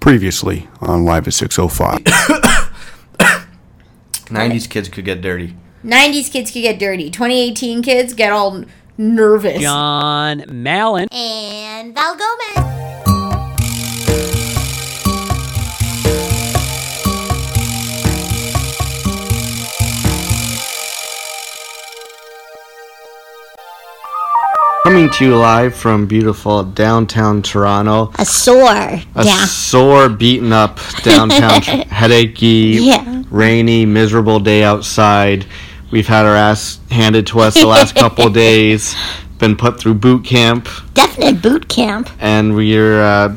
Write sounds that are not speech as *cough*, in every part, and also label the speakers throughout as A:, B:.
A: previously on Live at 605.
B: 90s kids could get dirty.
C: 90s kids could get dirty. 2018 kids get all nervous.
D: John Mallon.
C: And Val Gomez.
B: Coming to you live from beautiful downtown Toronto.
E: A sore.
B: A
E: yeah.
B: sore, beaten up
E: *laughs*
B: downtown, tr- headachy,
E: Yeah.
B: rainy, miserable day outside. We've had our ass handed to us the last
E: *laughs*
B: couple of days. Been put through boot camp,
E: Definite boot camp.
B: and we're uh,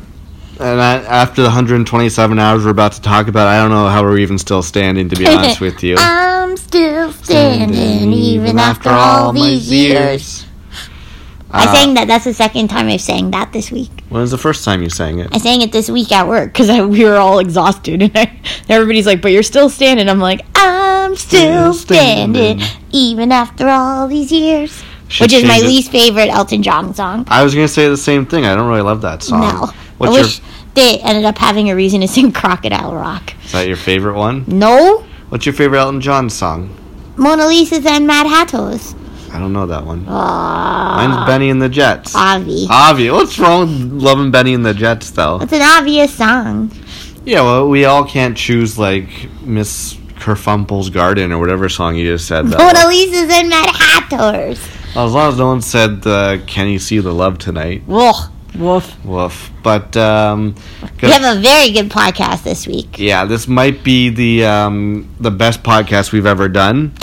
B: and I, after the 127 hours we're about to talk about, I don't know how we're even still standing. To be
E: *laughs*
B: honest with you,
E: I'm still standing even after all these years. Uh, I sang that. That's the second time I've sang that this week.
B: When was the first time you sang it?
E: I sang it this week at work because we were all exhausted, *laughs* and, I, and everybody's like, "But you're still standing." I'm like, "I'm still standing, even after all these years,"
B: Should
E: which is my
B: change it.
E: least favorite Elton John song.
B: I was gonna say the same thing. I don't really love that song.
E: No,
B: What's
E: I
B: your,
E: wish they ended up having a reason to sing *laughs* "Crocodile Rock."
B: is that your favorite one?
E: No,
B: What's your favorite Elton John song?
E: Mona Lisa's and Mad Hatto's.
B: I don't know that one. Mine's Benny and the Jets.
E: Avi.
B: Obvious. What's wrong with loving Benny and the Jets though?
E: It's an obvious song.
B: Yeah, well, we all can't choose like Miss Kerfumple's Garden or whatever song you just said.
E: *laughs*
B: Though.
E: Mona Lisa's and Mad Hatto's.
B: As long as no one said, uh, "Can you see the love tonight?"
E: Woof. Woof.
B: Woof. But um, 'cause-
E: We have a very good podcast this week.
B: Yeah, this might be the um, the best podcast we've ever
E: *laughs*
B: done,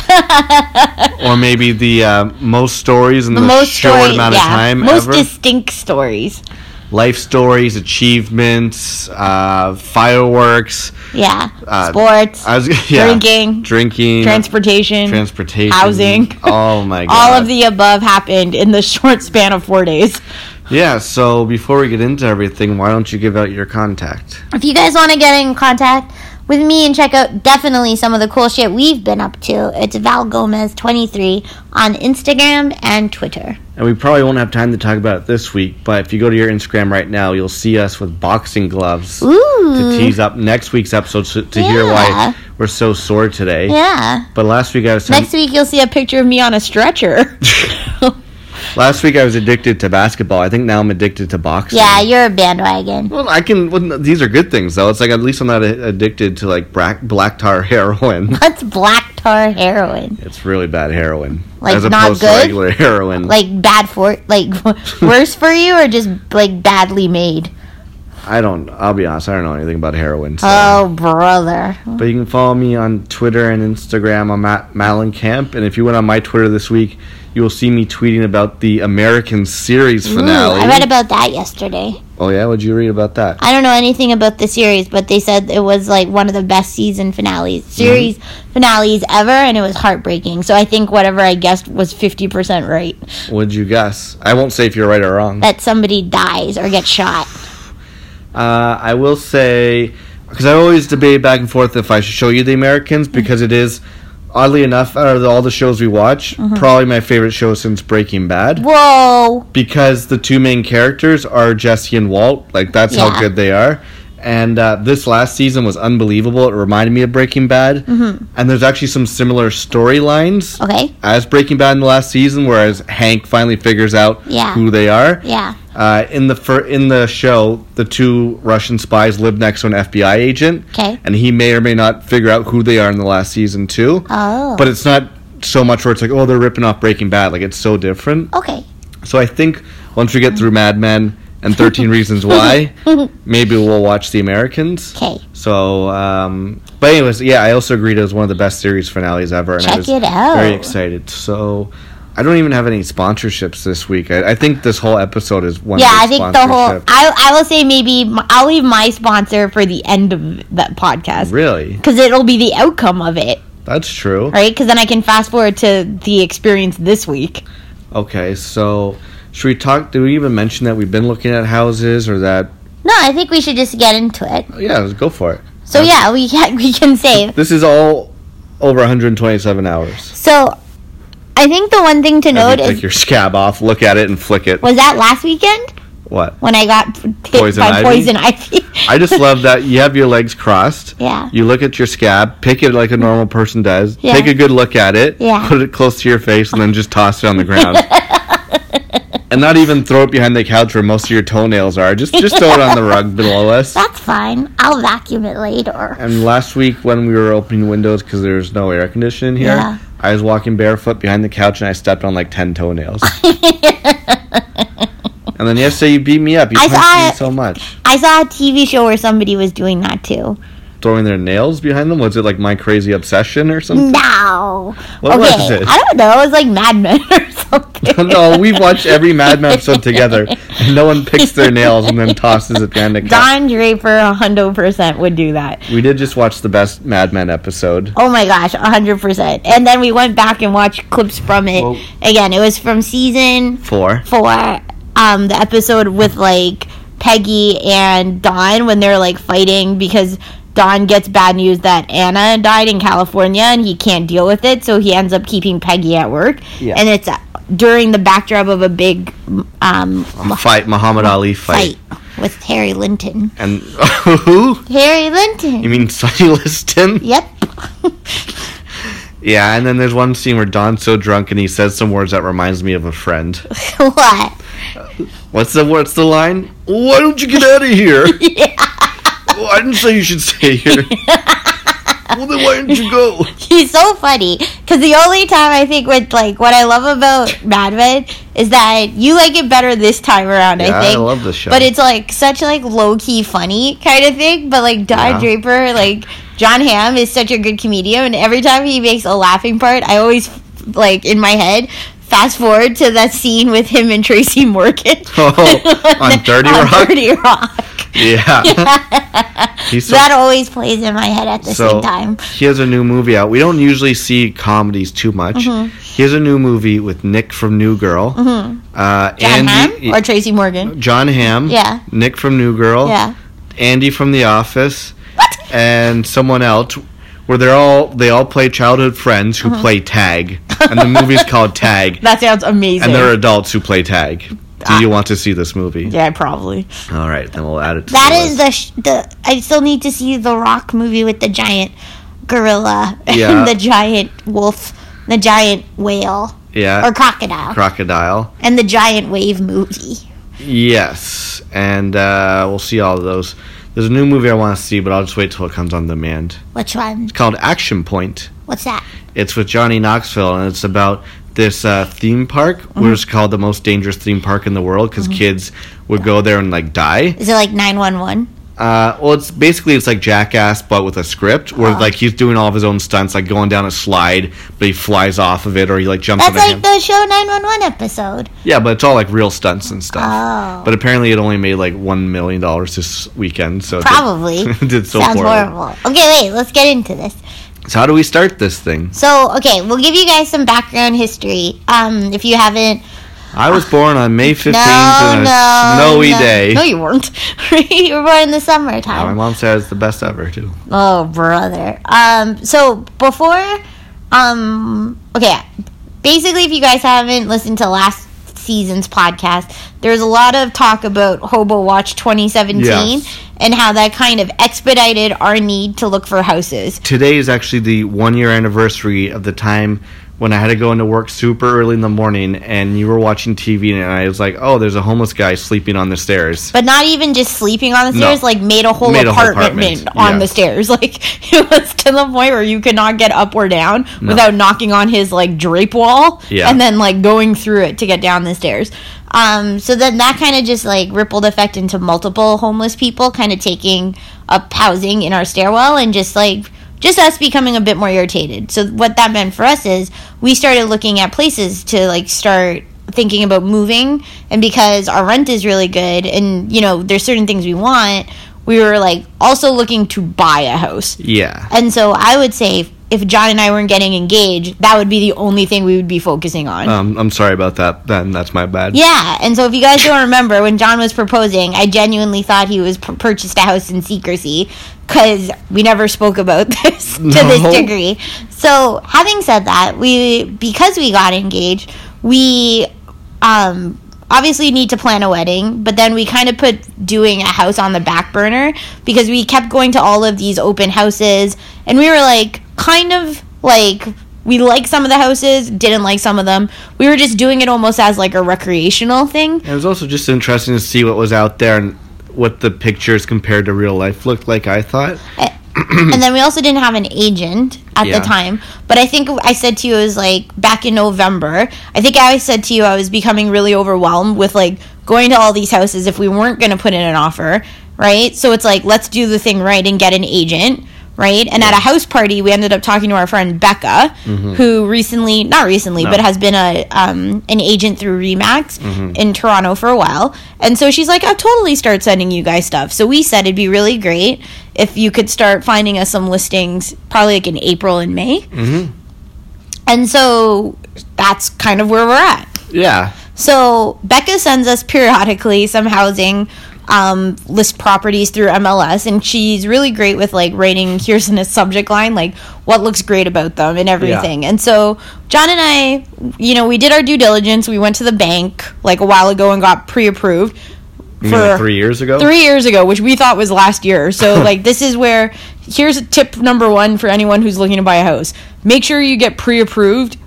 B: or maybe the uh, most stories in the,
E: most
B: short
E: stories,
B: amount
E: yeah,
B: of time
E: most
B: ever.
E: distinct stories.
B: Life stories, achievements, uh, fireworks,
E: Yeah,
B: uh,
E: sports,
B: I was, *laughs* yeah,
E: Drinking.
B: drinking,
E: transportation,
B: transportation,
E: housing.
B: Oh my god!
E: *laughs* all of the above happened in the short span of four days.
B: yeah. So before we get into everything, why don't you give out your contact?
E: If you guys want to get in contact with me and check out definitely some of the cool shit we've been up to, it's Val Gomez twenty three on Instagram and Twitter.
B: And we probably won't have time to talk about it this week, but if you go to your Instagram right now, you'll see us with boxing gloves. to
E: Ooh,
B: tease up next week's episode so, to hear why
E: Mm-hmm. Yeah.
B: we're so sore today.
E: yeah.
B: But last week I was
E: Next week you'll see a picture of me on
B: *laughs*
E: a stretcher.
B: last week I was addicted to basketball. I think now I'm addicted to boxing.
E: yeah, you're a bandwagon.
B: Well, I can. Well, these are good things though. It's like at least I'm not a- addicted to like black, black tar *laughs* heroin.
E: That's black tar heroin.
B: it's really bad heroin,
E: Like,
B: as
E: not
B: opposed to
E: good?
B: regular heroin.
E: Like bad for like *laughs* worse for you or just like badly made.
B: I don't. I'll be honest. I don't know anything about heroin. So.
E: Oh brother.
B: But you can follow me on Twitter and Instagram. I'm at Malencamp. And if you went on my Twitter this week, you will see me tweeting about the American series
E: Ooh,
B: finale.
E: I read about that yesterday.
B: oh, yeah? What'd you read about that?
E: I don't know anything about the series, but they said it was like one of the best season
B: Mm-hmm.
E: finales, series finales ever, and it was heartbreaking. So I think whatever I guessed was 50% right
B: What'd you guess? I won't say if you're right or wrong. Uh,
E: that somebody dies or gets shot.
B: Uh, I will say, because I always debate back and forth if I should show you the Americans,
E: Mm-hmm.
B: because it is, oddly enough, out of all the shows we watch,
E: Mm-hmm.
B: probably my favorite show since Breaking Bad.
E: Whoa!
B: because the two main characters are Jesse and Walt. Like that's how
E: Yeah.
B: good they are. And uh, this last season was unbelievable. It reminded me of Breaking Bad. Mm-hmm. And there's actually some similar storylines
E: Okay.
B: as Breaking Bad in the last season, whereas Hank finally figures out
E: Yeah.
B: who they are.
E: Yeah.
B: Uh, in the fir- in the show, the two Russian spies live next to an FBI agent,
E: 'Kay.
B: and he may or may not figure out who they are in the last season too.
E: Oh.
B: But it's not so much where it's like, oh, they're ripping off Breaking Bad. Like it's so different.
E: Okay.
B: So I think once we get through Mad Men and
E: *laughs*
B: 13 Reasons Why, maybe we'll watch The Americans.
E: Okay.
B: So, um, but anyways, yeah, I also agreed it was one of the best series finales ever. And I
E: Check
B: was
E: it out.
B: Very excited. So I don't even have any sponsorships this week. I, I think this whole episode is one.
E: Yeah, I
B: big
E: think the whole.
B: sponsorship.
E: I, I will say maybe my, I'll leave my sponsor for the end of that podcast.
B: Really,
E: Because it'll be the outcome of it,
B: that's true.
E: right? Because then I can fast forward to the experience this week.
B: Okay, so should we talk? Did we even mention that we've been looking at houses or that?
E: No, I think we should just get into it.
B: Yeah, let's go for it.
E: So yeah, we *laughs* can, we can save.
B: This is all over 127 hours.
E: So I think the one thing to
B: As
E: note
B: you take
E: is
B: your scab off, look at it, and flick it.
E: was that last weekend
B: What?
E: when I got hit
B: Poison
E: by
B: ivy? *laughs*
E: poison ivy. *laughs*
B: I just love that you have your legs crossed.
E: Yeah.
B: You look at your scab, pick it like a normal person does.
E: Yeah.
B: Take a good look at it.
E: Yeah.
B: Put it close to your face and then just toss it on the
E: *laughs*
B: ground. and not even throw it behind the couch where most of your toenails are. Just just throw it on the rug below
E: *laughs*
B: us.
E: That's fine. I'll vacuum it later.
B: And last week when we were opening windows because there's no air conditioning here,
E: Yeah.
B: I was walking barefoot behind the couch and I stepped on like ten
E: *laughs*
B: toenails. and then yesterday you beat me up. You
E: I
B: punched
E: saw
B: me
E: it.
B: so much.
E: I saw a TV show where somebody was doing that too.
B: Throwing their nails behind them? Was it like my crazy obsession or something?
E: No.
B: What
E: okay.
B: was it?
E: I don't know. It was like Mad Men *laughs*
B: *laughs*
E: or something.
B: no, we've watched every Mad Men episode together. And no one picks their nails and then tosses it behind the couch.
E: Don Draper, 100% would do that.
B: We did just watch the best Mad Men episode.
E: Oh my gosh, 100%. And then we went back and watched clips from it.
B: Whoa.
E: Again, it was from season
B: Four.
E: for um, the episode with like Peggy and Don when they're like fighting because Don gets bad news that Anna died in California and he can't deal with it, so he ends up keeping Peggy at work.
B: Yeah.
E: And it's uh, during the backdrop of a big um,
B: Fight, Muhammad Ali fight.
E: fight with Harry Linton.
B: And *laughs* who?
E: Harry Linton.
B: You mean Sonny Liston?
E: yep. *laughs*
B: Yeah, and then there's one scene where Don's so drunk and he says some words that reminds me of a friend.
E: what?
B: What's the what's the line? Why don't you get out of here? Well, I didn't say you should stay here. well then why didn't you go?
E: He's so funny because the only time I think with like what I love about Mad Men is that you like it better this time around.
B: Yeah,
E: I
B: I
E: think
B: love this show.
E: but it's like such like low key funny kind of thing. But like Don
B: Yeah.
E: Draper, like John Hamm is such a good comedian, and every time he makes a laughing part, I always like in my head. Fast forward to that scene with him and Tracy Morgan
B: *laughs* Oh, on Dirty
E: *laughs* On
B: Rock?
E: Dirty Rock. *laughs*
B: Yeah. He's so
E: that always plays in my head at the
B: so
E: same time.
B: he has a new movie out. We don't usually see comedies too much.
E: Mm-hmm.
B: He has a new movie with Nick from New Girl. Uh,
E: John
B: Andy,
E: Hamm or Tracy Morgan?
B: John Hamm.
E: Yeah.
B: Nick from New Girl.
E: Yeah.
B: Andy from The Office, and someone else, where they're all they all play childhood friends
E: Mm-hmm.
B: who play tag, and the movie's called Tag,
E: That sounds amazing.
B: and they're adults who play tag. Do you want to see this movie?
E: Ah. Yeah, probably.
B: All right, then we'll add it. To
E: That
B: the
E: is
B: list.
E: the sh- the. I still need to see the Rock movie with the giant gorilla *laughs*
B: Yeah.
E: and the giant wolf, the giant whale
B: yeah
E: or crocodile,
B: crocodile.
E: and the giant wave movie.
B: Yes, and uh, we'll see all of those. There's a new movie I want to see, but I'll just wait till it comes on demand.
E: Which one?
B: It's called Action Point.
E: What's that?
B: It's with Johnny Knoxville, and it's about this uh, theme park, where
E: Mm-hmm.
B: it's called the most dangerous theme park in the world because kids would go there and like die.
E: Is it like nine one one?
B: Uh, well, it's basically it's like Jackass, but with a script
E: Uh-huh.
B: where like he's doing all of his own stunts, like going down a slide, but he flies off of it or he like jumps. on
E: That's
B: a ham-
E: like the show nine one one episode.
B: yeah, but it's all like real stunts and stuff.
E: Oh.
B: But *laughs* apparently, it only made like one million dollars this weekend, so it did- *laughs*
E: Probably.
B: it did so
E: Sounds
B: poorly.
E: horrible. Okay, wait. Let's get into this.
B: So how do we start this thing?
E: So, okay, we'll give you guys some background history. Um, if you haven't
B: I was born on May fifteenth on a snowy
E: no.
B: day.
E: No, you weren't. *laughs* you were born in
B: Yeah,
E: the
B: my
E: summertime.
B: mom says the best ever too.
E: Oh, brother. Um, so before, um, okay, basically, if you guys haven't listened to last season's podcast, there's a lot of talk about Hobo Watch 2017
B: Yes.
E: and how that kind of expedited our need to look for houses.
B: Today is actually the one year anniversary of the time when I had to go into work super early in the morning, and you were watching TV, and I was like, "Oh, there's a homeless guy sleeping on the stairs."
F: *laughs*
E: But not even just sleeping on the
B: No.
E: stairs, like made a whole
B: Made a whole
E: apartment,
B: apartment,
E: on
B: yeah.
E: the stairs. *laughs* Like it was to the point where you could not get up or down without knocking on his like drape wall
B: Yeah.
E: and then like going through it to get down the stairs. Um, so then that kind of just like rippled effect into multiple homeless people kind of taking up housing in our stairwell and just like just us becoming a bit more irritated. So what that meant for us is we started looking at places to like start thinking about moving and because our rent is really good and you know there's certain things we want, we were like also looking to buy a house.
B: yeah,
E: And so I would say if- if John and I weren't getting engaged, that would be the only thing we would be focusing on.
B: um, I'm sorry about that. Then that's my bad.
E: Yeah, and so if you guys don't remember, when John was proposing, I genuinely thought he was pur- purchased a house in secrecy because we never spoke about *laughs* this to
B: No.
E: this degree. So, having said that, we because we got engaged, we um,
F: obviously need to plan a wedding, but then we kind of put doing a house on the back burner because we kept going to all of these open houses and we were like kind of like we liked some of the houses, didn't like some of them. We were just doing it almost as like a recreational thing.
B: It was also just interesting to see what was out there and what the pictures compared to real life looked like. I thought
F: and then we also didn't have an agent at
B: Yeah.
F: the time. But I think I said to you, it was like back in November. I think I said to you, I was becoming really overwhelmed with like going to all these houses if we weren't going to put in an offer, right? So it's like, let's do the thing right and get an agent. Right, and at a house party, we ended up talking to our friend Becca, who recently—not recently, but has been a um, an agent through Remax in Toronto for a while. And so she's like, "I'll totally start sending you guys stuff." So we said it'd be really great if you could start finding us some listings probably like in April and May. Mm-hmm. And so that's kind of where we're at.
B: Yeah.
F: So Becca sends us periodically some housing um, list properties through MLS, and she's really great with like writing here's in a subject line like what looks great about them and everything. And so John and I, you know, we did our due diligence. We went to the bank like a while ago and got pre-approved
B: You mean, like, three years ago.
F: three years ago, which we thought was last year. So like this is where here's tip number one for anyone who's looking to buy a house: make sure you get pre-approved,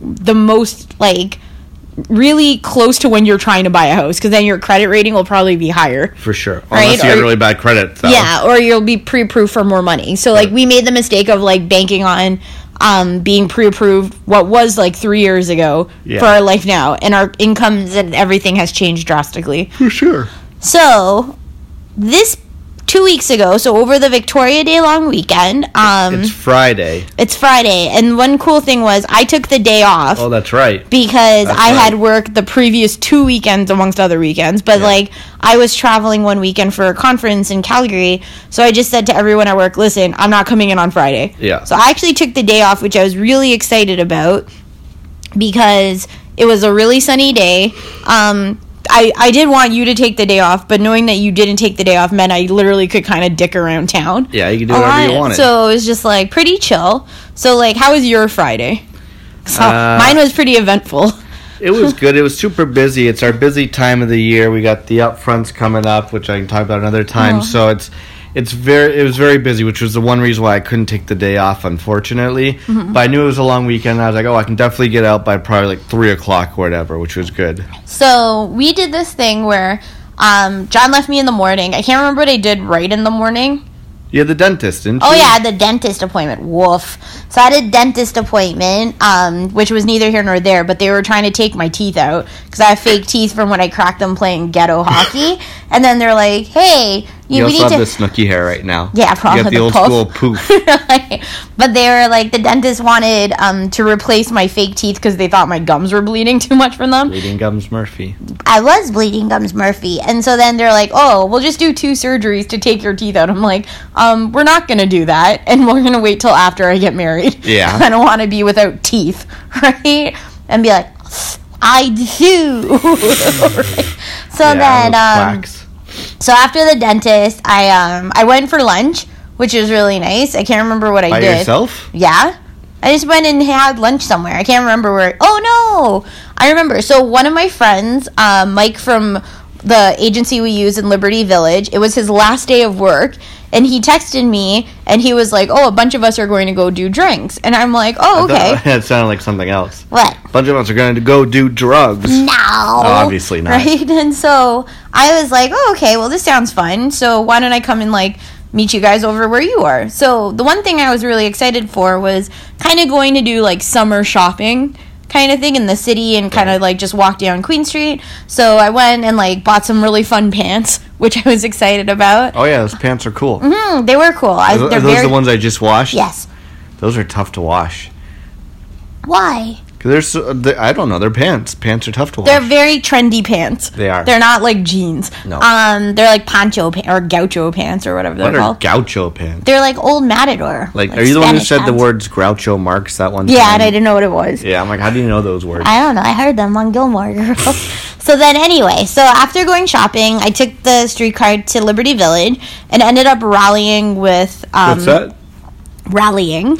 F: the most like really close to when you're trying to buy a house, because then your credit rating will probably be higher.
B: for sure.
F: Right,
B: Unless you
F: or-
B: had really bad credit. Though.
F: Yeah, or you'll be pre-approved for more money. So like we made the mistake of like banking on um, being pre-approved what was like three years ago
B: Yeah.
F: for our life now, and our incomes and everything has changed drastically.
B: for sure.
F: So, this two weeks ago, so over the Victoria Day long weekend, um,
B: It's
F: it's,
B: Friday.
F: Friday, and one cool thing was I took the day off
B: Oh, that's right.
F: because
B: That's
F: I
B: right.
F: had worked the previous two weekends amongst other weekends, but like I was traveling one weekend for a conference in Calgary, so I just said to everyone at work, "Listen, I'm not coming in on Friday."
B: Yeah.
F: So I actually took the day off, which I was really excited about because it was a really sunny day. Um I, I did want you to take the day off, but knowing that you didn't take the day off meant I literally could kind of dick around town.
B: Yeah, you can do
F: a
B: whatever you
F: lot.
B: wanted.
F: So it was just like pretty chill. So like, how was your Friday? *laughs* 'Cause
B: Uh,
F: mine was pretty eventful. *laughs*
B: it was good. It was super busy. It's our busy time of the year. We got the upfronts coming up, which I can talk about another time. So it's it's very it was very busy, which was the one reason why I couldn't take the day off, unfortunately.
F: Mm-hmm.
B: But I knew it was a long weekend. I was like, oh, I can definitely get out by probably like three o'clock or whatever, which was good.
F: So we did this thing where um, John left me in the morning. I can't remember what I did right in the morning.
B: You had the dentist, didn't
F: Oh
B: you?
F: yeah, I had the dentist appointment. Woof. So I had a dentist appointment, um, which was neither here nor there. But they were trying to take my teeth out because I have fake teeth from when I cracked them
B: *laughs*
F: playing ghetto hockey. And then they're like, "Hey, you,
B: You
F: we
B: also
F: need
B: have
F: to."
B: the snooky hair right now.
F: Yeah,
B: You
F: probably
B: got the
F: the
B: old
F: puff. *laughs*
B: school poof.
F: but they were like the dentist wanted um, to replace my fake teeth because they thought my gums were bleeding *laughs* too much from them.
B: Bleeding gums,
F: *laughs*
B: Murphy.
F: I was bleeding gums Murphy. And so then they're like, oh, we'll just do two surgeries to take your teeth out. I'm like, um, we're not going to do that. And we're going to wait till after I get married. *laughs*
B: Yeah.
F: I don't want to be without teeth, *laughs* right? And be like, I do. *laughs* Right? So
B: Yeah,
F: then,
B: those
F: um,
B: plaques.
F: so after the dentist, I um, I went for lunch, which was really nice. I can't remember what I
B: by
F: did.
B: yourself. *laughs*
F: Yeah. I just went and had lunch somewhere. I can't remember where. Oh no, I remember. So one of my friends, um, Mike from the agency we use in Liberty Village, it was his last day of work, and he texted me, and he was like, "Oh, a bunch of us are going to go do drinks," and I'm like, "Oh, okay."
B: That, sounded like something else.
F: What?
B: bunch of us are going to go do drugs.
F: No.
B: Obviously not.
F: Right? *laughs* And so I was like, oh, okay, well, this sounds fun. So why don't I come and like meet you guys over where you are? So the one thing I was really excited for was kind of going to do like summer shopping kind of thing in the city and kind of like just walk down Queen Street. So I went and like bought some really fun pants, *laughs* which I was excited about.
B: Oh yeah, those pants are cool.
F: Mm, they were cool. I,
B: Are tho-
F: they're
B: are those
F: very
B: the ones I just washed?
F: Yes.
B: Those are tough to wash.
F: Why?
B: Cause they're so, they, I don't know, they're pants. Pants are tough to wash.
F: They're very trendy pants.
B: They are.
F: They're not like jeans.
B: No.
F: Um, they're like poncho pa- or gaucho pants or whatever they're
B: what are
F: called.
B: gaucho pants?
F: They're like old matador.
B: Like, are you the one who
F: Spanish
B: said the
F: pants.
B: words Groucho Marx that one
F: Yeah,
B: time?
F: and I didn't Um, know what it was.
B: Yeah, I'm like, how do you know those words?
F: I don't know. I heard them on Gilmore Girls. so then, anyway, so after going shopping, I took the streetcar to Liberty Village and ended up rallying with
B: *laughs*
F: um,
B: What's that?
F: rallying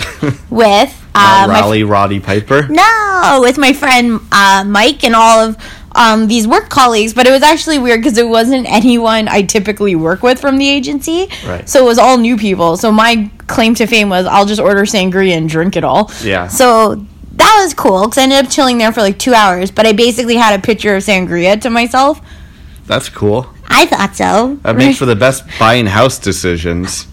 F: with uh,
B: Not
F: my
B: Raleigh Roddy Piper.
F: no with my friend uh, Mike and all of um, these work colleagues, but it was actually weird because it wasn't anyone I typically work with from the agency.
B: Right.
F: So it was all new people. So my claim to fame was I'll just order sangria and drink it all.
B: Yeah.
F: So that was cool because I ended up chilling there for like two hours, but I basically had a picture of sangria to myself.
B: That's cool.
F: *laughs* I thought so.
B: That makes for the best buying house
F: *laughs*
B: decisions.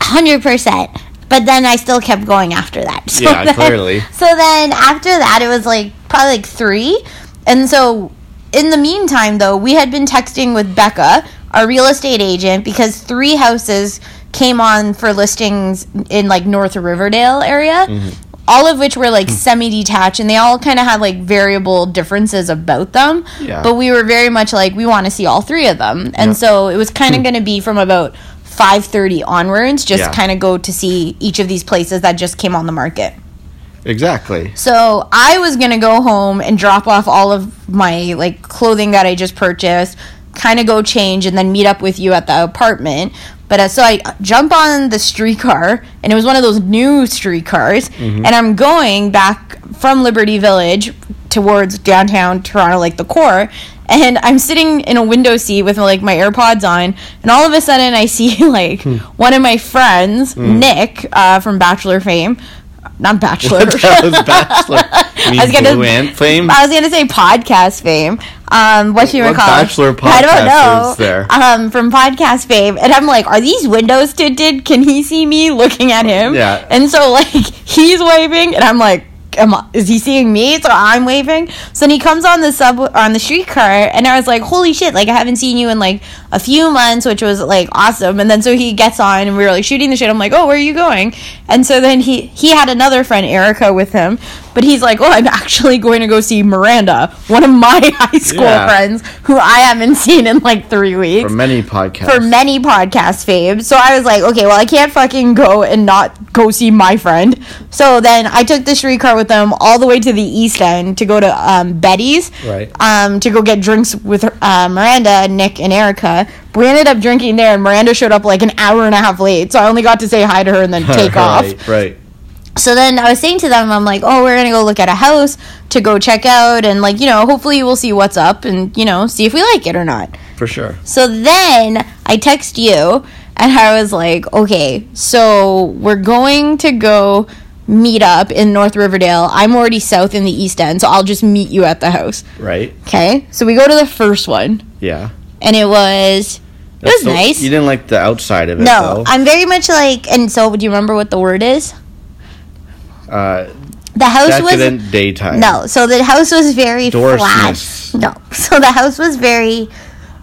F: hundred percent. But then I still kept going after that. *laughs* So
B: Yeah,
F: then-
B: clearly.
F: So then after that, it was like probably like three, and so in the meantime, though, we had been texting with Becca, our real estate agent, because three houses came on for listings in like North Riverdale area.
B: Mm-hmm.
F: All of which were
B: Hmm.
F: like semi detached, and they all kind of had like variable differences about them.
B: Yeah.
F: But we were very much like, we want to see all three of them. And so it was kind of going to be from about 5:30 onwards just
B: Hmm. Yeah.
F: kind of go to see each of these places that just came on the market. *laughs*
B: Exactly.
F: So, I was going to go home and drop off all of my like clothing that I just purchased, kind of go change and then meet up with you at the apartment. But uh, so I jump on the streetcar and it was one of those new streetcars and I'm going back from Liberty Village towards downtown Toronto like the core and I'm sitting in a window seat with like my AirPods on, and all of a sudden I see *laughs* like one of my friends, Nick uh, from Bachelor fame, not
B: *laughs*
F: Bachelor.
B: that was
F: *laughs*
B: bachelor. Me
F: was gonna-
B: blue and flame.
F: I was gonna say podcast fame. Um, what you
B: What
F: recall?
B: Bachelor
F: I
B: podcast
F: don't know.
B: is there?
F: Um, from podcast fame, and I'm like, are these windows tinted? Can he see me looking at him?
B: Yeah.
F: And so like *laughs* he's waving, and I'm like. Am I, is he seeing me? So I'm waving. So then he comes on the sub on the streetcar, and I was like, "Holy shit! Like I haven't seen you in like a few months," which was like awesome. And then so he gets on, and we were like shooting the shit. I'm like, "Oh, where are you going?" And so then he he had another friend, Erica, with him, but he's like, "Oh, I'm *laughs* actually going to go see Miranda, one of my *laughs* high school
B: Yeah.
F: friends who I haven't *laughs* seen in like three weeks."
B: For many podcasts.
F: for many podcast faves. So I was like, okay, well, I can't fucking go and not go see my friend. So then I took the streetcar with them all the way to the East End to go to um, Betty's,
B: Right.
F: Um, to go get drinks with uh, Miranda, Nick, and Erica. We ended up drinking there, and Miranda showed up like an hour and a half late. So I only got to say hi to her
B: *laughs*
F: and then take off.
B: Right, right.
F: So then I was saying to them, I'm like, oh, we're gonna go look at a house to go check out, and like, you know, hopefully we'll see what's up and you know, see if we like it or not.
B: For sure.
F: So then I text you and I was like, okay, so we're going to go meet up in North Riverdale. I'm already south in the East End, so I'll just meet you at the house.
B: Right.
F: Okay? So we go to the first one
B: Yeah.
F: and it was it was
B: So-
F: nice.
B: You didn't like the outside of it
F: no,
B: though.
F: I'm very much like and so do you remember what the word is?
B: uh
F: The house was
B: decadent daytime.
F: No, so the house was very
B: Dorsousness.
F: flat. *laughs* No. So the house was very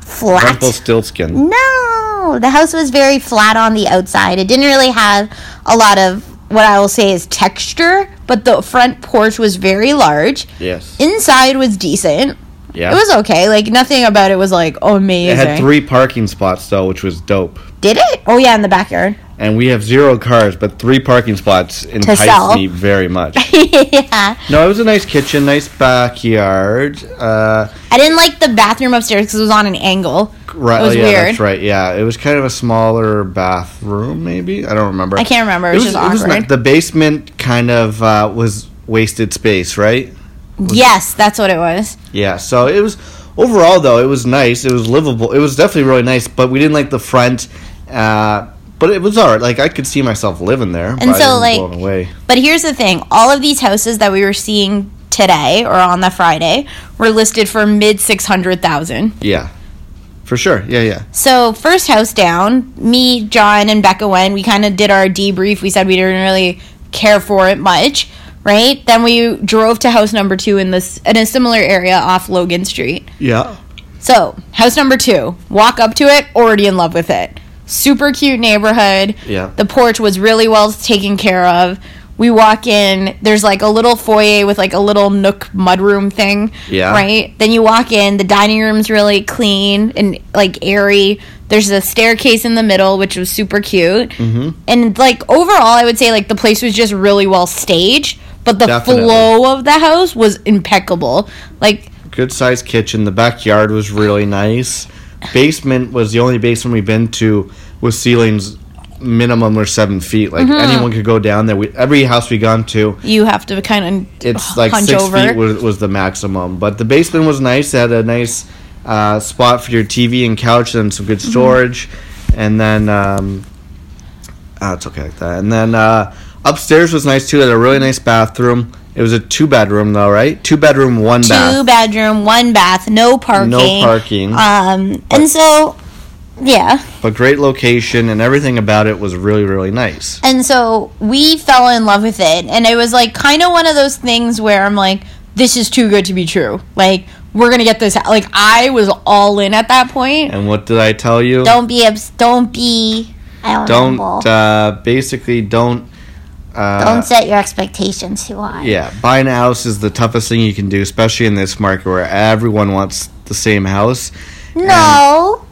F: flat. Mm-hmm.
B: Rumpelstiltskin.
F: No, the house was very flat on the outside. It didn't really have a lot of what I will say is texture, but the front porch was very large.
B: Yes.
F: Inside was decent.
B: yeah.
F: It was okay. Like nothing about it was like oh,
B: it
F: amazing.
B: had three parking spots though, which was dope.
F: Did it? Oh yeah, in the backyard.
B: And we have zero cars, but three parking spots
F: sell.
B: entice me very much.
F: *laughs* yeah.
B: no, it was a nice kitchen, nice backyard. Uh,
F: I didn't like the bathroom upstairs because it was on an angle.
B: right,
F: It was
B: yeah,
F: weird.
B: that's right. Yeah, it was kind of a smaller bathroom, maybe. I don't remember.
F: I can't remember. It was just
B: it
F: awkward.
B: not- the basement kind of uh, was wasted space, right?
F: Yes, that's what it was.
B: Yeah, so it was overall though it was nice. It was livable. It was definitely really nice, but we didn't like the front. Uh, but it was alright. Like I could see myself living there. but I
F: so,
B: wasn't
F: like-
B: blown away.
F: But here's the thing all of these houses that we were seeing today or on the Friday were listed for mid 600,000.
B: yeah, for sure. Yeah, yeah.
F: So, first house down, me, John, and Becca went. We kind of did our debrief. We said we didn't really care for it much, right? Then we drove to house number two in this in a similar area off Logan Street.
B: Yeah.
F: So, house number two, walk up to it, already in love with it. Super cute neighborhood.
B: Yeah.
F: The porch was really well taken care of. We walk in, there's like a little foyer with like a little nook mudroom thing.
B: Yeah.
F: Right? Then you walk in, the dining room's really clean and like airy. There's a staircase in the middle, which was super cute. Mm-hmm. And like overall, I would say like the place was just really well staged, but the
B: Definitely.
F: flow of the house was impeccable. Like,
B: Good sized kitchen. The backyard was really nice. Basement was the only basement we've been to with ceilings minimum were seven feet. Like
F: Mm-hmm.
B: anyone could go down there. We, every house we gone to,
E: You have to kind of *sighs*
B: it's like
E: hunch
B: six
E: over.
B: feet was, was the maximum. But the basement was nice. It had a nice uh, spot for your TV and couch and some good
E: Mm-hmm.
B: storage. And then, um, ah, it's okay like that. And then uh, upstairs was nice too. It had a really nice bathroom. It was a two bedroom though, right? Two bedroom, one
E: two
B: bath.
E: bedroom, one bath, no parking.
B: No parking.
E: Um, and so, yeah.
B: but great location and everything about it was really, really nice.
E: And so we fell in love with it. And it was like kind of one of those things where I'm like, this is too good to be true. Like, we're going to get this. Like, I was all in at that point.
B: And what did I tell you?
E: Don't be, obs- don't be, I don't,
B: Don't,
E: know,
B: uh, basically don't. Uh,
E: don't set your expectations too high.
B: Yeah, buying a house is the toughest thing you can do, especially in this market where everyone wants the same house.
E: No.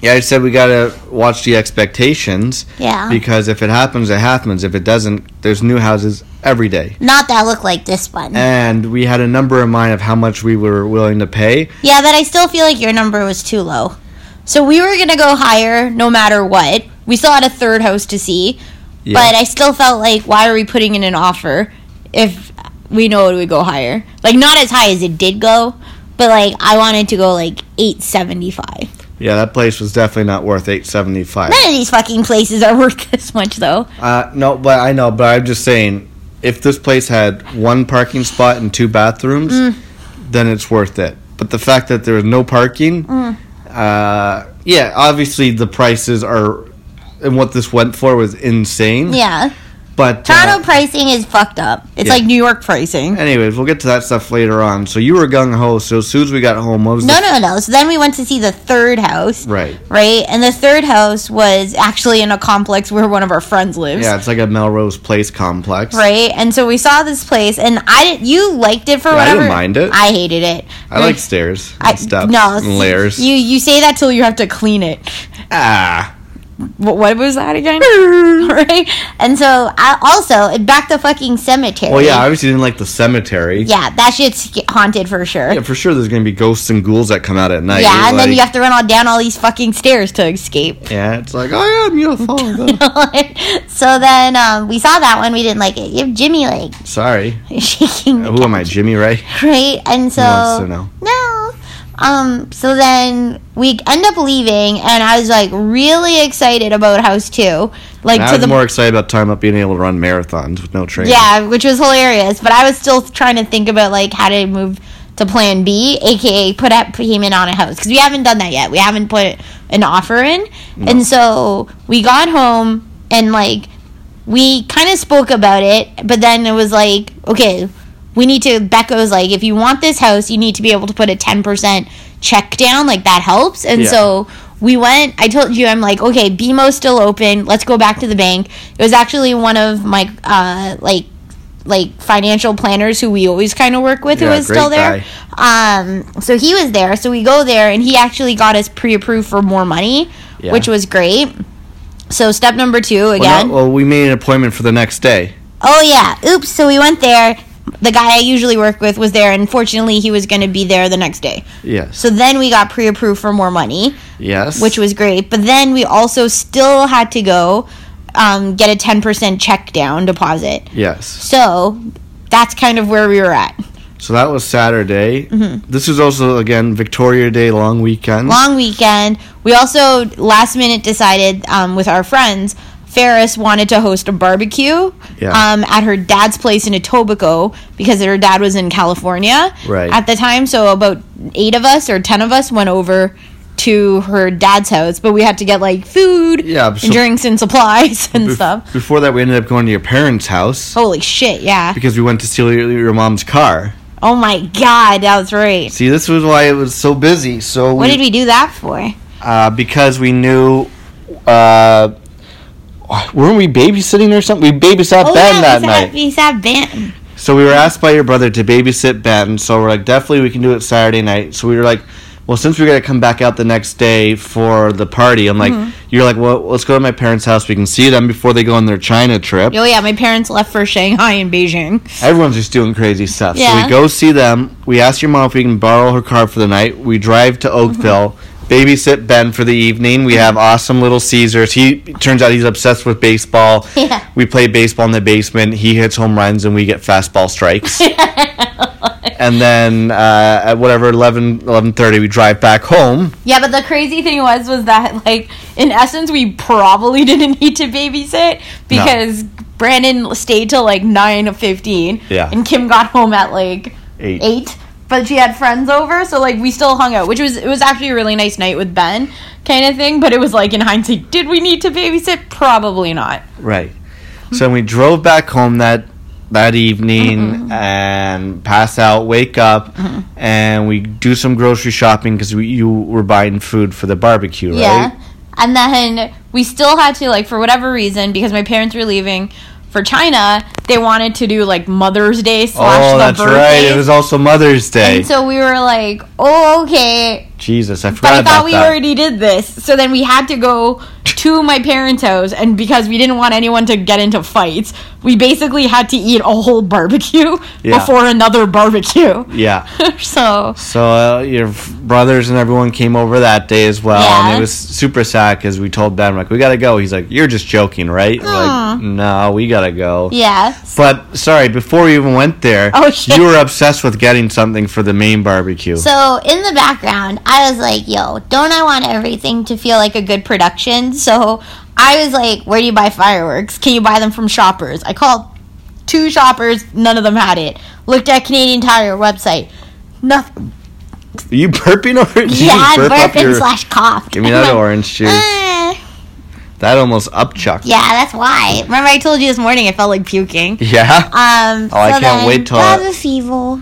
B: Yeah, I said we gotta watch the expectations.
E: Yeah.
B: Because if it happens, it happens. If it doesn't, there's new houses every day.
E: Not that look like this one.
B: And we had a number in mind of how much we were willing to pay.
E: Yeah, but I still feel like your number was too low. So we were gonna go higher no matter what. We still had a third house to see,
B: Yeah.
E: but I still felt like why are we putting in an offer if we know it would go higher? Like not as high as it did go, but like I wanted to go like eight seventy five.
B: yeah, that place was definitely not worth eight seventy five.
E: None of these fucking places are *laughs* worth this much though.
B: Uh, no, but I know, but I'm just saying, if this place had one parking spot and two bathrooms,
E: Mm.
B: then it's worth it. But the fact that there is no parking,
E: Mm.
B: uh, yeah, obviously the prices are, and what this went for was insane.
E: Yeah,
B: But uh,
E: Toronto pricing is fucked up. It's
B: Yeah.
E: like New York pricing.
B: anyways, we'll get to that stuff later on. So you were gung ho. So as soon as we got home, what was
E: No,
B: the-
E: no, no. So then we went to see the third house.
B: Right.
E: Right? And the third house was actually in a complex where one of our friends lives.
B: Yeah, it's like a Melrose Place complex.
E: Right? And so we saw this place and I didn't you liked it for
B: I didn't
E: whatever.
B: mind it.
E: I hated it.
B: I like stairs and *laughs* stuff
E: no
B: and layers.
E: You you *laughs* say that till you have to clean it.
B: ah,
E: What, what was that *laughs* again? right? And so I, also back the fucking cemetery.
B: well, yeah, I obviously didn't like the cemetery.
E: yeah, that shit's haunted for sure.
B: Yeah, for sure. There's gonna be ghosts and ghouls that come out at night.
E: Yeah, and then
B: like-
E: you have to run all down all these fucking *laughs* stairs to escape.
B: Yeah, it's like I am
E: *laughs*
B: UFO. though.
E: so then um, we saw that one. We didn't like it. You have Jimmy like *laughs*
B: Sorry,
E: shaking the
B: who am I, Jimmy
E: *laughs*
B: Ray?
E: right? And so
B: wants to know?
E: no. Um, so then we end up leaving, and I was like really excited about House Two, like
B: I
E: to
B: was
E: the
B: more excited about time up being able to run marathons with no training.
E: yeah, which was hilarious. But I was still trying to think about like how to move to Plan B, aka put up payment on a house because we haven't done that yet. We haven't put an offer in, and so we got home and like we kind of spoke about it, but then it was like okay. We need to. Becca was like, if you want this house, you need to be able to put a ten percent check down. Like that helps. And
B: Yeah.
E: so we went i told you i'm like okay BMO's still open let's go back to the bank it was actually one of my uh like like financial planners who we always kind of work with
B: Yeah,
E: who was still
B: great
E: there um so he was there so we go there and he actually got us pre-approved for more money
B: Yeah.
E: which was great so step number two
B: Well,
E: again
B: no, well, we made an appointment for the next day.
E: Oh yeah. Oops. So we went there. The guy I usually work with was there, and fortunately, he was going to be there the next day.
B: Yes.
E: So then we got pre-approved for more money,
B: yes.
E: which was great. But then we also still had to go um, get a ten percent check down deposit.
B: yes.
E: So that's kind of where we were at.
B: So that was Saturday. This is also again Victoria Day long weekend.
E: Mm-hmm. Long weekend. We also last minute decided um, with our friends. Ferris wanted to host a barbecue
B: Yeah.
E: um, at her dad's place in Etobicoke because her dad was in California
B: Right.
E: at the time. So about eight of us or ten of us went over to her dad's house, but we had to get like food
B: Yeah,
E: and
B: so-
E: drinks and
B: *laughs*
E: supplies and
B: Bef-
E: stuff. Oh.
B: Before that, we ended up going to your parents' house
E: Holy shit! Yeah.
B: because we went to steal your, your mom's car.
E: Oh my god, that was right.
B: See, this was why it was so busy. So
E: What
B: we,
E: did we do that for?
B: uh, because we knew. Uh, weren't we babysitting or something? We babysat
E: Oh
B: Ben
E: yeah,
B: that
E: we sat,
B: night.
E: we sat Ben.
B: so we were asked by your brother to babysit Ben. So we're like, definitely we can do it Saturday night. So we were like, well, since we're going to come back out the next day for the party, I'm like,
E: Mm-hmm.
B: you're like, well, let's go to my parents' house. We can see them before they go on their China trip.
E: Oh yeah, my parents left for Shanghai and Beijing.
B: Everyone's just doing crazy stuff. So
E: Yeah. Mm-hmm.
B: we go see them. We ask your mom if we can borrow her car for the night. We drive to Oakville. babysit Ben for the evening. We have awesome little Caesars. He turns out he's obsessed with baseball.
E: *laughs* Yeah.
B: We play baseball in the basement. He hits home runs and we get fastball
E: *laughs*
B: strikes. and then uh, at whatever 11 11:30 we drive back home.
E: Yeah, but the crazy thing was was that like in essence we probably *laughs* didn't need to babysit because Brandon stayed till like nine fifteen.
B: Yeah.
E: And Kim got home at like
B: 8.
E: eight. But she had friends over, so like we still hung out, which was it was actually a really nice night with Ben kind of thing. But it was like in hindsight, did we need to babysit? Probably not.
B: Right. So we drove back home that that evening
E: Mm-hmm.
B: and pass out, wake up, and we do some grocery shopping because we, you were buying food for the barbecue, right?
E: Yeah. And then we still had to like for whatever reason because my parents were leaving for China, they wanted to do like Mother's Day slash
B: Oh,
E: the
B: that's
E: birthday.
B: right. It was also Mother's Day.
E: And so we were like, oh, okay.
B: Jesus, I
E: But
B: forgot
E: I
B: about
E: thought we
B: that.
E: already did this. So then we had to go to my parents' house. And because we didn't want anyone to get into fights, we basically had to eat a whole barbecue
B: *laughs* Yeah.
E: before another barbecue. *laughs*
B: yeah.
E: so,
B: So uh, your f- brothers and everyone came over that day as well, and
E: Yeah.
B: it was super sad because we told Ben like we gotta go. He's like, "You're just joking, right?" We're Like, no, we gotta go.
E: yeah.
B: But sorry, before we even went there,
E: Oh,
B: *laughs*
E: shit.
B: you were obsessed with getting something for the main barbecue.
E: So in the background, I was like, yo, don't I want everything to feel like a good production? So I was like, where do you buy fireworks? Can you buy them from shoppers? I called two shoppers, none of them had it. Looked at Canadian Tire website. Nothing.
B: Are you burping over? Did *laughs* you
E: Yeah,
B: just
E: I'm
B: burp up
E: burping
B: your-
E: slash
B: *laughs*
E: cough.
B: Give me
E: *laughs*
B: that orange juice.
E: Eh,
B: That almost upchucked.
E: yeah, that's why. Remember I told you this morning I felt like puking.
B: *laughs* Yeah,
E: Um,
B: Oh, I
E: so
B: can't
E: then-
B: wait till-
E: I have a fever.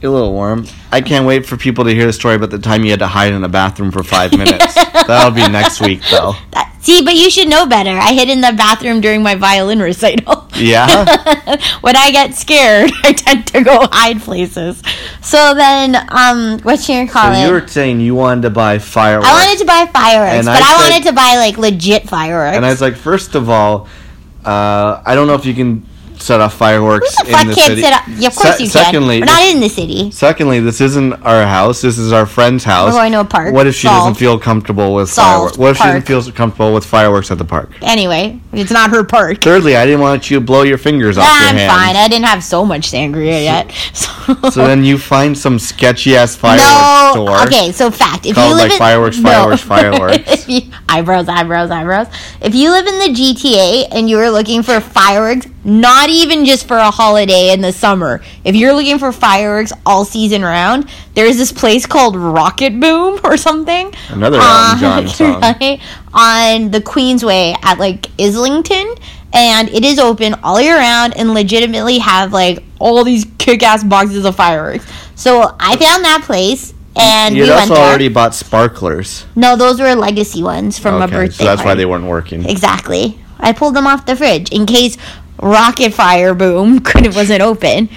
B: You're a little warm. I can't wait for people to hear the story about the time you had to hide in the bathroom for
E: *laughs*
B: five minutes. That'll be next week, though.
E: That- See, but you should know better. I hid in the bathroom during my violin recital. *laughs*
B: Yeah.
E: Oh, when I get scared, *laughs* I tend to go hide places. So then, um, what you call
B: So you
E: it?
B: were saying you wanted to buy fireworks.
E: I wanted to buy fireworks,
B: And
E: but
B: I
E: I,
B: said-
E: wanted to buy like legit fireworks.
B: and I was like, first of all, uh, I don't know if you can set off fireworks
E: Who the
B: in
E: fuck
B: the
E: can't
B: city.
E: sit up? Yeah, of course
B: Se-
E: you can.
B: secondly,
E: We're not
B: if-
E: in the city.
B: Secondly, this isn't our house. This is our friend's house.
E: going to a Oh, park.
B: What if she
E: Solved.
B: doesn't feel comfortable with fireworks?
E: Solved.
B: What if
E: Park.
B: she doesn't feel comfortable with fireworks at the park?
E: Anyway, it's not her park.
B: Thirdly, I didn't want you to blow your fingers off your
E: I'm
B: hand.
E: fine. I didn't have so much sangria yet. *laughs* So,
B: So then you find some sketchy ass fireworks
E: no.
B: store.
E: Okay, so fact. If
B: Called,
E: you live
B: like,
E: in,
B: fireworks, fireworks, fireworks.
E: *laughs* If you- eyebrows, eyebrows, eyebrows. If you live in the GTA and you are looking for fireworks, not even just for a holiday in the summer, if you're looking for fireworks all season round, there's this place called Rocket Boom or something.
B: Another Elton John
E: *laughs* on-
B: song.
E: right, on the Queensway at like Islington. And it is open all year round and legitimately have like all these kick ass boxes of fireworks. So I found that place and
B: You'd
E: we went
B: also
E: there.
B: already bought sparklers.
E: No, those were legacy ones from a
B: Okay,
E: birthday.
B: so that's why
E: party.
B: they weren't working.
E: Exactly. I pulled them off the fridge in case rocket fire boom *laughs* couldn't wasn't open.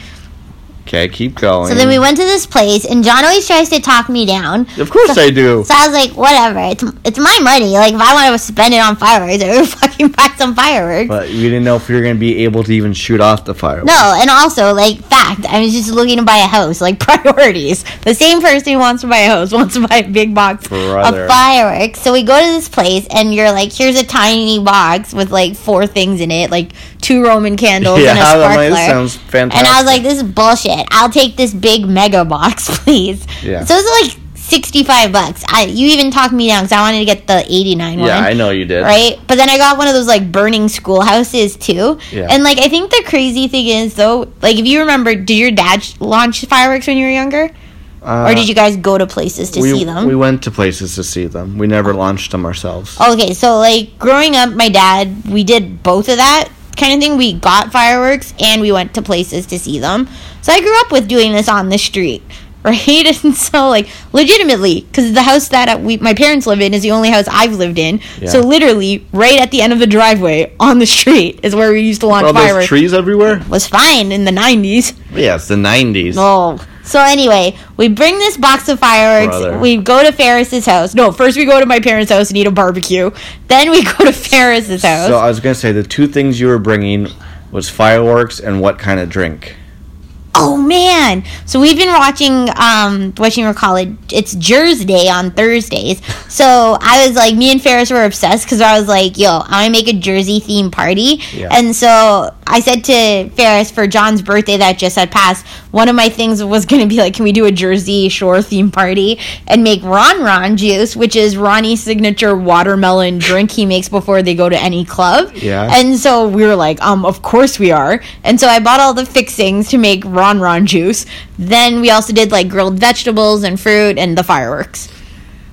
B: Okay, keep going.
E: So then we went to this place, and John always tries to talk me down.
B: Of course I do.
E: So I was like, whatever, it's it's my money. Like if I want to spend it on fireworks, I would *laughs* fucking buy some fireworks.
B: But we didn't know if we were going to be able to even shoot off the fireworks.
E: No, and also like fact, I was just looking to buy a house, like *laughs* priorities. The same person who wants to buy a house *laughs* wants to buy a big box
B: Brother.
E: of fireworks. So we go to this place and you're like, here's a tiny box with like four things in it, like two Roman candles
B: Yeah,
E: and
B: *laughs*
E: a
B: that might-
E: sparkler.
B: that sounds fantastic.
E: And I was like, this is bullshit. I'll take this big mega box, *laughs* please.
B: Yeah.
E: So it's like 65 bucks. I, you even talked me down because I wanted to get the 89 one
B: yeah, I know you did.
E: right? But then I got one of those like burning schoolhouses too.
B: Yeah.
E: And like I think the crazy thing is though, like if you remember, did your dad sh- launch fireworks when you were younger,
B: Uh,
E: or did you guys go to places to
B: we,
E: see them? Oh.
B: We went to places to see them. We never launched them ourselves.
E: okay, so like growing up, my dad, we did both of that kind of thing. We got fireworks and we went to places to see them. So I grew up with doing this on the street. *laughs* Right, *laughs* and so like legitimately, because the house that we my parents live in is the only house I've lived in. So
B: Yeah.
E: literally, right at the end of the driveway on the *laughs* street is where we used to launch
B: All those
E: fireworks.
B: Oh, trees everywhere?
E: was fine in the nineties.
B: Yeah, it's the 90s.
E: Oh. So anyway, we bring this box of fireworks.
B: Brother.
E: We go to Ferris's house. No, first we go to my parents' house and eat a barbecue. Then we go to Ferris's house.
B: So I was going to say the two things you were bringing was fireworks and what kind of drink.
E: oh man so we've been watching um watching your college it's jersey day on thursdays so i was like me and ferris were obsessed because i was like yo i want to make a jersey theme party
B: Yeah.
E: and so i said to ferris for john's birthday that just had passed one of my things was going to be like can we do a jersey shore theme party and make ron ron juice which is ronnie's signature watermelon drink he makes before they go to any club
B: Yeah.
E: and and so we were like, um, of course we are. And so I bought all the fixings to make Ron Ron juice. Then we also did like grilled vegetables and fruit and the fireworks.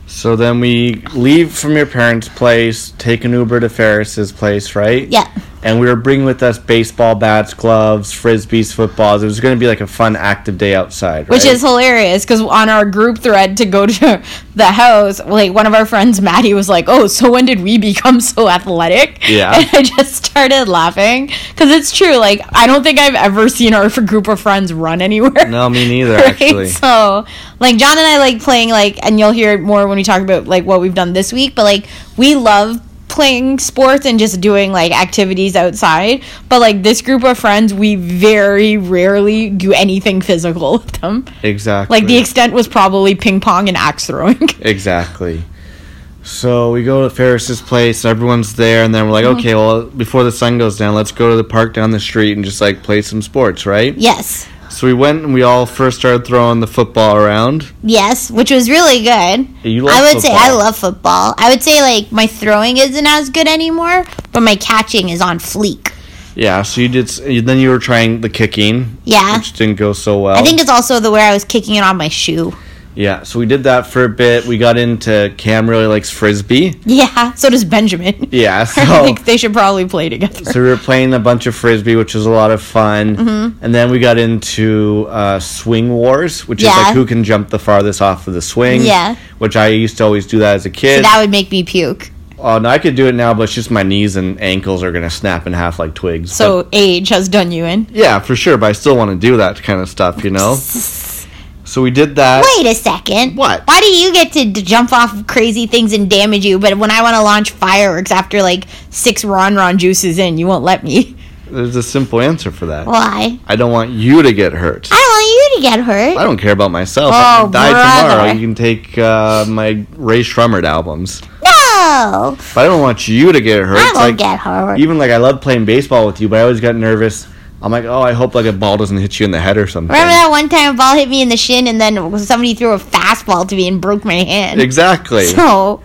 B: So then we leave from your parents' place, take an Uber to Ferris's place, right?
E: Yeah.
B: And we were bringing with us baseball bats, gloves, frisbees, footballs. It was going to be like a fun, active day outside,
E: Which
B: right?
E: is hilarious because on our group thread to go to *laughs* the house, like one of our friends, Maddie, was like, "Oh, so when did we become so athletic?"
B: Yeah.
E: *laughs* and I just started laughing because it's true. Like I don't think I've ever seen our *laughs* group of friends run anywhere. *laughs*
B: No, me neither,
E: Right?
B: actually.
E: So, like John and I like playing like, and you'll hear it more when we talk about like what we've done this week. But like, we love playing sports and just doing like activities outside. But like this group of friends, we very rarely do anything physical with them.
B: Exactly.
E: Like the extent was probably ping pong and axe throwing. *laughs*
B: Exactly. So we go to Ferris's place, everyone's there, and then we're like,
E: Mm-hmm.
B: okay, well, before the sun goes down, let's go to the park down the street and just like play some sports, right?
E: yes,
B: So we went and we all first started throwing the football around.
E: yes, which was really good.
B: You love
E: I would say I
B: football.
E: love football. I would say like my throwing isn't as good anymore, but my catching is on fleek.
B: Yeah, so you did, s- then you were trying the kicking,
E: Yeah.
B: which didn't go so well.
E: I think it's also the where I was kicking it on my shoe. *laughs*
B: yeah, so we did that for a bit. We got into Cam really likes frisbee.
E: Yeah, so does Benjamin. *laughs*
B: Yeah,
E: I
B: so
E: think they should probably play together.
B: so we were playing a bunch of frisbee, which was a lot of fun.
E: Mm-hmm.
B: And then we got into uh, swing wars, which is
E: Yeah.
B: like who can jump the farthest off of the swing.
E: Yeah.
B: Which I used to always do that as a kid.
E: That would make me puke.
B: oh no, I could do it now, but it's just my knees and ankles are gonna snap in half like twigs.
E: So age has done you in.
B: But- yeah, for sure. But I still want to do that kind of stuff, you know. so we did that.
E: Wait a second.
B: What?
E: Why do you get to d- jump off crazy things and damage you, but when I want to launch fireworks after like six Ron Ron juices in, you won't let me? *laughs*
B: There's a simple answer for that.
E: Why?
B: I don't want you to get hurt.
E: I don't want you to get
B: I
E: hurt.
B: don't care about myself.
E: Oh,
B: I can die tomorrow.
E: brother.
B: You can take uh, my Ray Shremmerd albums.
E: No,
B: But I don't want you to get hurt.
E: I
B: It's
E: won't
B: like-
E: get hurt.
B: Even like I love playing baseball with you, but I always got nervous. I'm like, oh, I hope like a ball doesn't hit you in the head or something.
E: Remember that one time a ball hit me in the shin, and then somebody threw a fastball to me and broke my hand.
B: Exactly.
E: *laughs* So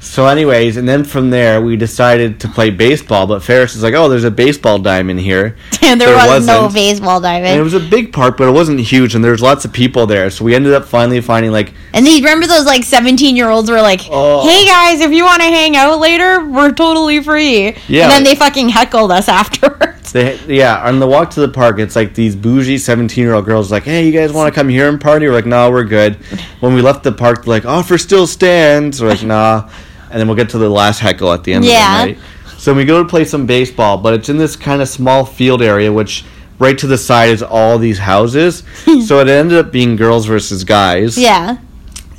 B: So, anyways, and then from there we decided to play baseball. But Ferris is like, oh, there's a baseball diamond
E: *laughs*
B: here,
E: there,
B: There
E: was no
B: wasn't.
E: baseball diamond.
B: and it was a big park, but it wasn't huge, and there's lots of people there. So we ended up finally finding like,
E: And these remember those like seventeen year olds were like,
B: Oh.
E: "Hey guys, if you want to hang out later, we're totally free."
B: Yeah.
E: And then they fucking heckled us *laughs* afterwards.
B: they, yeah, on the walk to the park, it's like these bougie 17 year old girls like, hey, you guys want to come here and party? We're like, nah, we're good. When we left the park, they're like, offer still stands. We're like, nah. And then we'll get to the last heckle at the end
E: Yeah.
B: of the night. So we go to play some baseball, but it's in this kind of small field area, which right to the side is all these
E: *laughs*
B: houses. so it ended up being girls versus guys.
E: Yeah,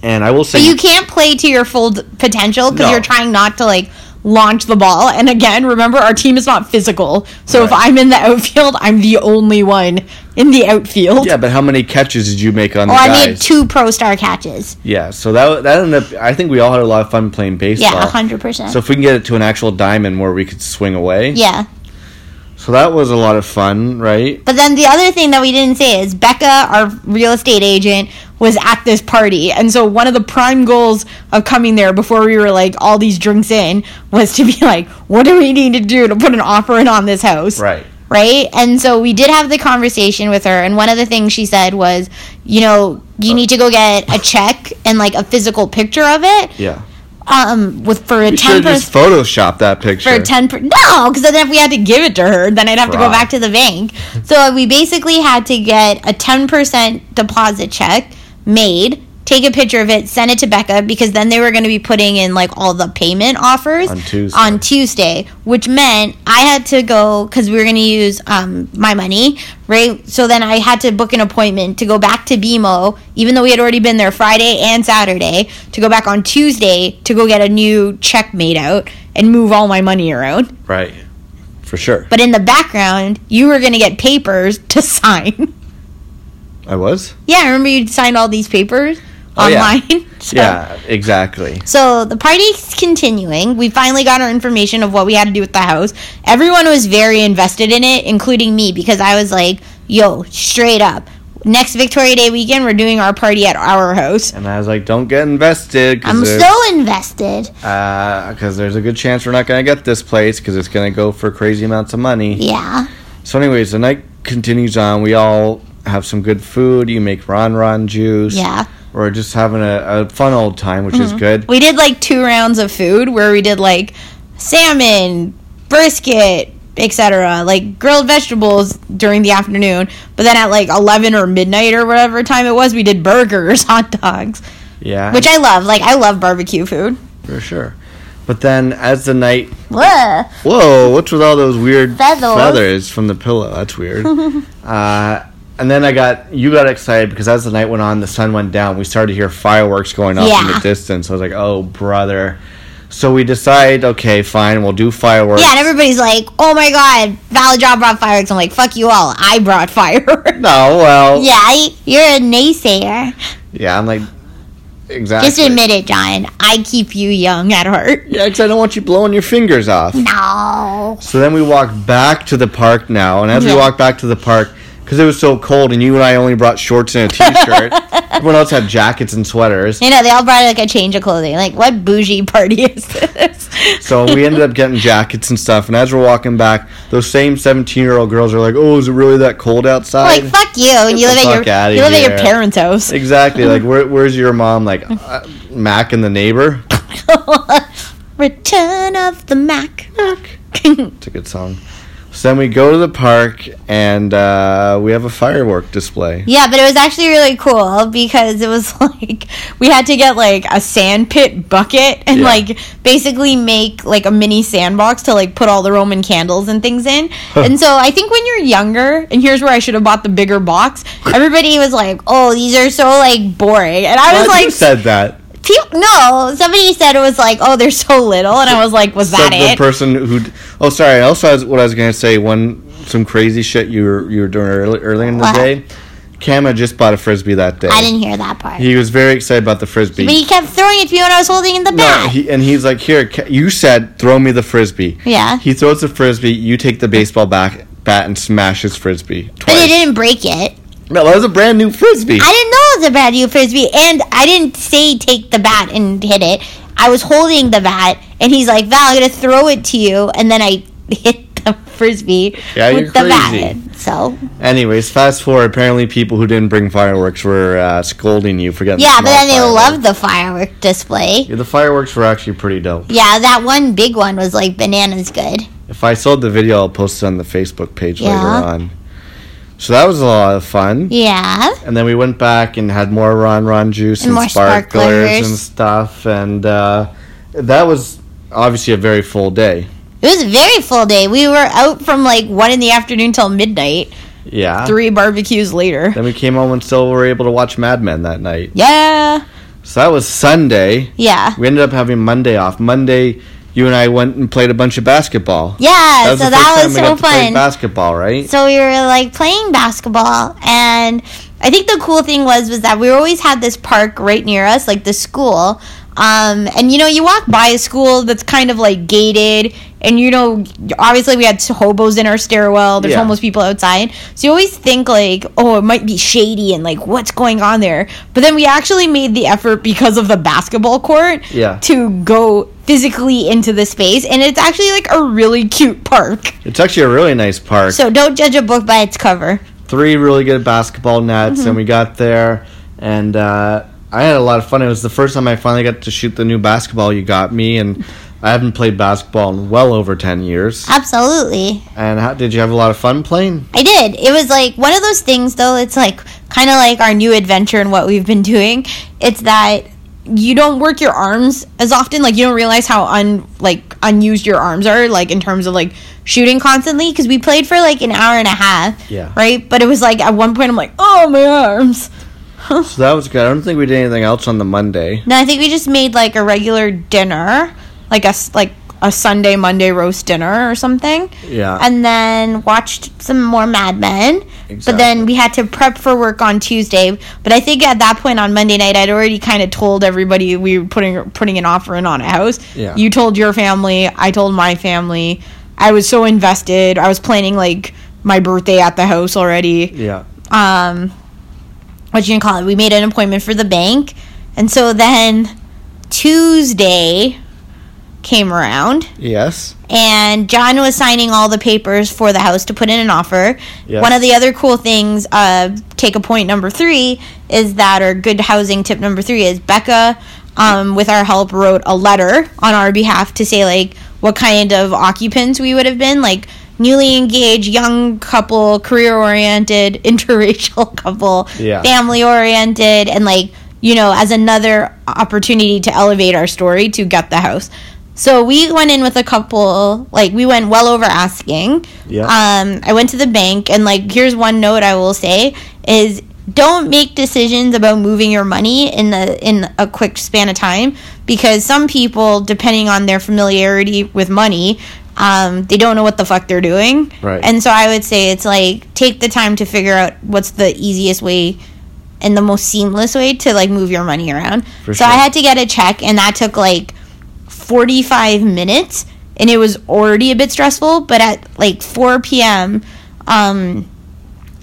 B: And I will say,
E: but you can't play to your full d- potential because
B: No.
E: you're trying not to like launch the ball. And again, remember our team is not physical, so if
B: Right.
E: I'm in the outfield, I'm the only one in the outfield.
B: yeah, but how many catches did you make on
E: Well,
B: the guys?
E: Oh, I made two pro star catches.
B: Yeah, so that that ended up. I think we all had a lot of fun playing baseball.
E: Yeah, hundred percent.
B: So if we can get it to an actual diamond where we could swing away.
E: yeah.
B: So that was a lot of fun, right?
E: But then the other thing that we didn't say is Becca, our real estate agent, was at this party. And so one of the prime goals of coming there before we were like all these drinks in was to be like, what do we need to do to put an offer in on this house?
B: Right.
E: Right? And so we did have the conversation with her. And one of the things she said was, you know, you need to go get a check and like a physical picture of it.
B: Yeah.
E: Um, with for a
B: We should
E: ten percent
B: just Photoshop that picture.
E: for ten per- no because then if we had to give it to her then i'd have to go
B: Fraud.
E: back to the bank so we basically had to get a 10% deposit check made take a picture of it send it to becca because then they were going to be putting in like all the payment offers
B: On Tuesday.
E: on tuesday which meant i had to go because we were going to use um, my money right so then i had to book an appointment to go back to bmo even though we had already been there friday and saturday to go back on tuesday to go get a new check made out and move all my money around
B: right. For sure.
E: but in the background, you were going to get papers to *laughs* sign.
B: I was.
E: Yeah, I remember you'd sign all these papers
B: Oh, yeah.
E: online. So-
B: Yeah, exactly.
E: So the party's continuing. We finally got our information of what we had to do with the house. Everyone was very invested in it, including me, because I was like, yo, straight up. Next Victoria Day weekend, we're doing our party at our house.
B: And I was like, don't get invested
E: I'm
B: there's,
E: so invested.
B: uh, 'cause there's a good chance we're not going to get this place because it's going to go for crazy amounts of money.
E: Yeah.
B: So, anyways, the night continues on. We all have some good food. You make Ron Ron juice.
E: Yeah. Mm-hmm.
B: We're just having a, a fun old time, which is good.
E: We did like two rounds of food where we did like salmon, brisket, etc. Like grilled vegetables during the afternoon. But then at like 11 or midnight or whatever time it was, we did burgers, *laughs* hot dogs,
B: Yeah.
E: which I love. Like, I love barbecue food.
B: for sure. But then as the night.
E: Whoa.
B: Whoa, what's with all those weird
E: Feathers.
B: feathers from the pillow? That's
E: *laughs*
B: weird. uh, and then I got. You got excited because as the night went on, the sun went down. We started to hear fireworks going off in
E: Yeah.
B: the distance. I was like, oh, brother. So we decide, okay, fine, we'll do fireworks.
E: Yeah, and everybody's like, "Oh my god, Validra brought fireworks." I'm like, "Fuck you all! I brought *laughs* fireworks."
B: no, well.
E: yeah, I, you're a naysayer.
B: Yeah, I'm like, exactly.
E: Just admit it, John. I keep you young at heart.
B: Yeah, because I don't want you blowing your fingers off.
E: No.
B: So then we walk back to the park now, and as
E: Yeah.
B: we walk back to the park, because it was so cold, and you and I only brought shorts and a
E: *laughs*
B: t-shirt. Everyone else had jackets and sweaters.
E: You know, they all brought like a change of clothing. Like, what bougie party is this?
B: So we ended up getting jackets and stuff. And as we're walking back, those same seventeen-year-old girls are like, "Oh, is it really that cold outside?"
E: like, fuck you. And you
B: Get
E: live
B: the
E: at your
B: fuck outta
E: you live at your
B: here.
E: parents' house.
B: exactly. Like, where, where's your mom?
E: *laughs*
B: Like, uh, Mac and the neighbor.
E: Return of the Mac.
B: It's a good song. So then we go to the park, and uh, we have a firework display.
E: Yeah, but it was actually really cool because it was *laughs* like we had to get like a sand pit bucket and
B: Yeah.
E: like basically make like a mini sandbox to like put all the Roman candles and things in. and so I think when you're younger, and here's where I should have bought the bigger box, everybody was like, "Oh, these are so like boring." And I was
B: Well, you
E: like,
B: said that.
E: "Phew, "No, somebody said it was like, "Oh, they're so little." And I was like, "Was
B: Said
E: that
B: the
E: it?"
B: person who. Oh, sorry. I Also, has- what I was gonna say. One some crazy shit you were you were doing early, early in the
E: What?
B: day. Cam had just bought a frisbee that day.
E: I didn't hear that part.
B: He was very excited about the frisbee.
E: but he kept throwing it to me when I was holding in the
B: no,
E: bag.
B: he, and he's like, "Here, Ca- you said throw me the frisbee."
E: Yeah.
B: He throws the frisbee. You take the baseball back bat and smash his frisbee
E: but
B: twice.
E: it didn't break it.
B: No, that was a brand new frisbee.
E: I didn't know it was a bad new frisbee, and I didn't say take the bat and hit it. I was holding the bat, and he's like, "Val, I'm gonna throw it to you," and then I *laughs* hit the frisbee
B: Yeah, you're
E: with the bat.
B: crazy.
E: So
B: Anyways, fast forward. Apparently, people who didn't bring fireworks were uh, scolding you for getting.
E: yeah,
B: the
E: but
B: small
E: then they
B: fireworks.
E: loved the firework display.
B: Yeah, the fireworks were actually pretty dope.
E: Yeah, that one big one was like bananas good.
B: If I sold the video, I'll post it on the Facebook page
E: Yeah.
B: later on. So that was a lot of fun.
E: Yeah,
B: And then we went back and had more Ron Ron juice
E: And
B: and,
E: more
B: sparklers,
E: sparklers.
B: and stuff. And uh, that was obviously a very full day.
E: it was a very full day. We were out from like one in the afternoon till midnight.
B: Yeah.
E: Three barbecues later.
B: Then we came home and still were able to watch Mad Men that night.
E: Yeah,
B: So that was Sunday.
E: yeah,
B: We ended up having Monday off. Monday, you and I went and played a bunch of basketball.
E: yeah. so
B: the
E: that
B: first time we
E: was so
B: got to play
E: fun.
B: basketball, right?
E: so we were like playing basketball and i think the cool thing was was that we always had this park right near us like the school um, and you know you walk by a school that's kind of like gated and you know obviously we had hobos in our *laughs* stairwell there's
B: Yeah.
E: homeless people outside so you always think like oh it might be shady and like what's going on there but then we actually made the effort because of the basketball court
B: Yeah.
E: to go physically into the space and it's actually like a really cute park
B: It's actually a really nice park.
E: so don't judge a book by its cover
B: three really good basketball nets,
E: Mm-hmm.
B: and we got there, and uh, I had a lot of fun. It was the first time I finally got to shoot the new basketball you got me, and I haven't played basketball in well over ten years.
E: Absolutely.
B: And how, did you have a lot of fun playing?
E: I did. It was like one of those things, though. It's like kind of like our new adventure and what we've been doing. It's that you don't work your arms as often. Like you don't realize how un like unused your arms are. Like in terms of like shooting constantly because we played for like an hour and a half.
B: Yeah.
E: Right. But it was like at one point I'm like, oh my arms.
B: So that was good. I don't think we did anything else on the Monday.
E: No, I think we just made like a regular dinner, like a s- like a Sunday Monday roast dinner or something.
B: Yeah.
E: And then watched some more Mad Men. But
B: Exactly.
E: then we had to prep for work on Tuesday. But I think at that point on Monday night, I'd already kind of told everybody we were putting putting an offer in on a house.
B: Yeah.
E: You told your family. I told my family. I was so invested. I was planning like my birthday at the house already
B: yeah.
E: um what you gonna call it we made an appointment for the bank and so then tuesday came around
B: Yes.
E: and john was signing all the papers for the house to put in an offer
B: Yes.
E: one of the other cool things uh take a point number three is that or good housing tip number three is becca um, with our help wrote a letter on our behalf to say like what kind of occupants we would have been like newly engaged young couple career oriented *laughs* interracial couple
B: Yeah.
E: family oriented and like you know as another opportunity to elevate our story to get the house so we went in with a couple like we went well over asking
B: Yeah.
E: um i went to the bank and like here's one note i will say is don't make decisions about moving your money in the in a quick span of time because some people depending on their familiarity with money um, they don't know what the fuck they're doing
B: Right.
E: and so i would say it's like take the time to figure out what's the easiest way and the most seamless way to like move your money around.
B: For
E: so I
B: sure.
E: had to get a check and that took like 45 minutes and it was already a bit stressful, but at like 4 p.m. um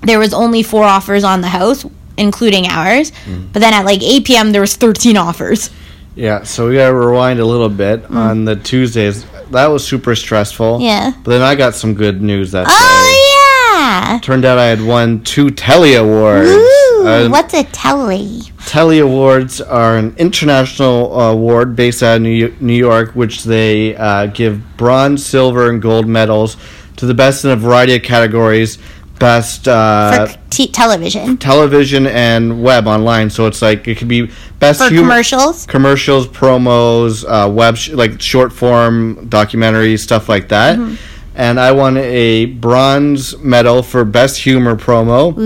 E: there was only four offers on the house including ours.
B: Mm.
E: But then at like 8 p.m. there was 13 offers.
B: Yeah, so we gotta rewind a little bit on the Tuesdays. That was super stressful.
E: Mm. Yeah. Ah!
B: But then I got some good news that day.
E: Oh yeah.
B: Turned out I had won two Telly Awards.
E: Ooh,
B: Uh,
E: what's a telly?
B: Telly Awards are an international uh, award based out of New New York, which they uh, give bronze, silver, and gold medals to the best in a variety of categories. Best uh,
E: For t- television.
B: television and web online. So it's like it could be best
E: For
B: hum-
E: commercials.
B: commercials, promos, uh, web sh- like short form documentaries, stuff like that.
E: Mm-hmm.
B: And I won a bronze medal for best humor promo.
E: Mm.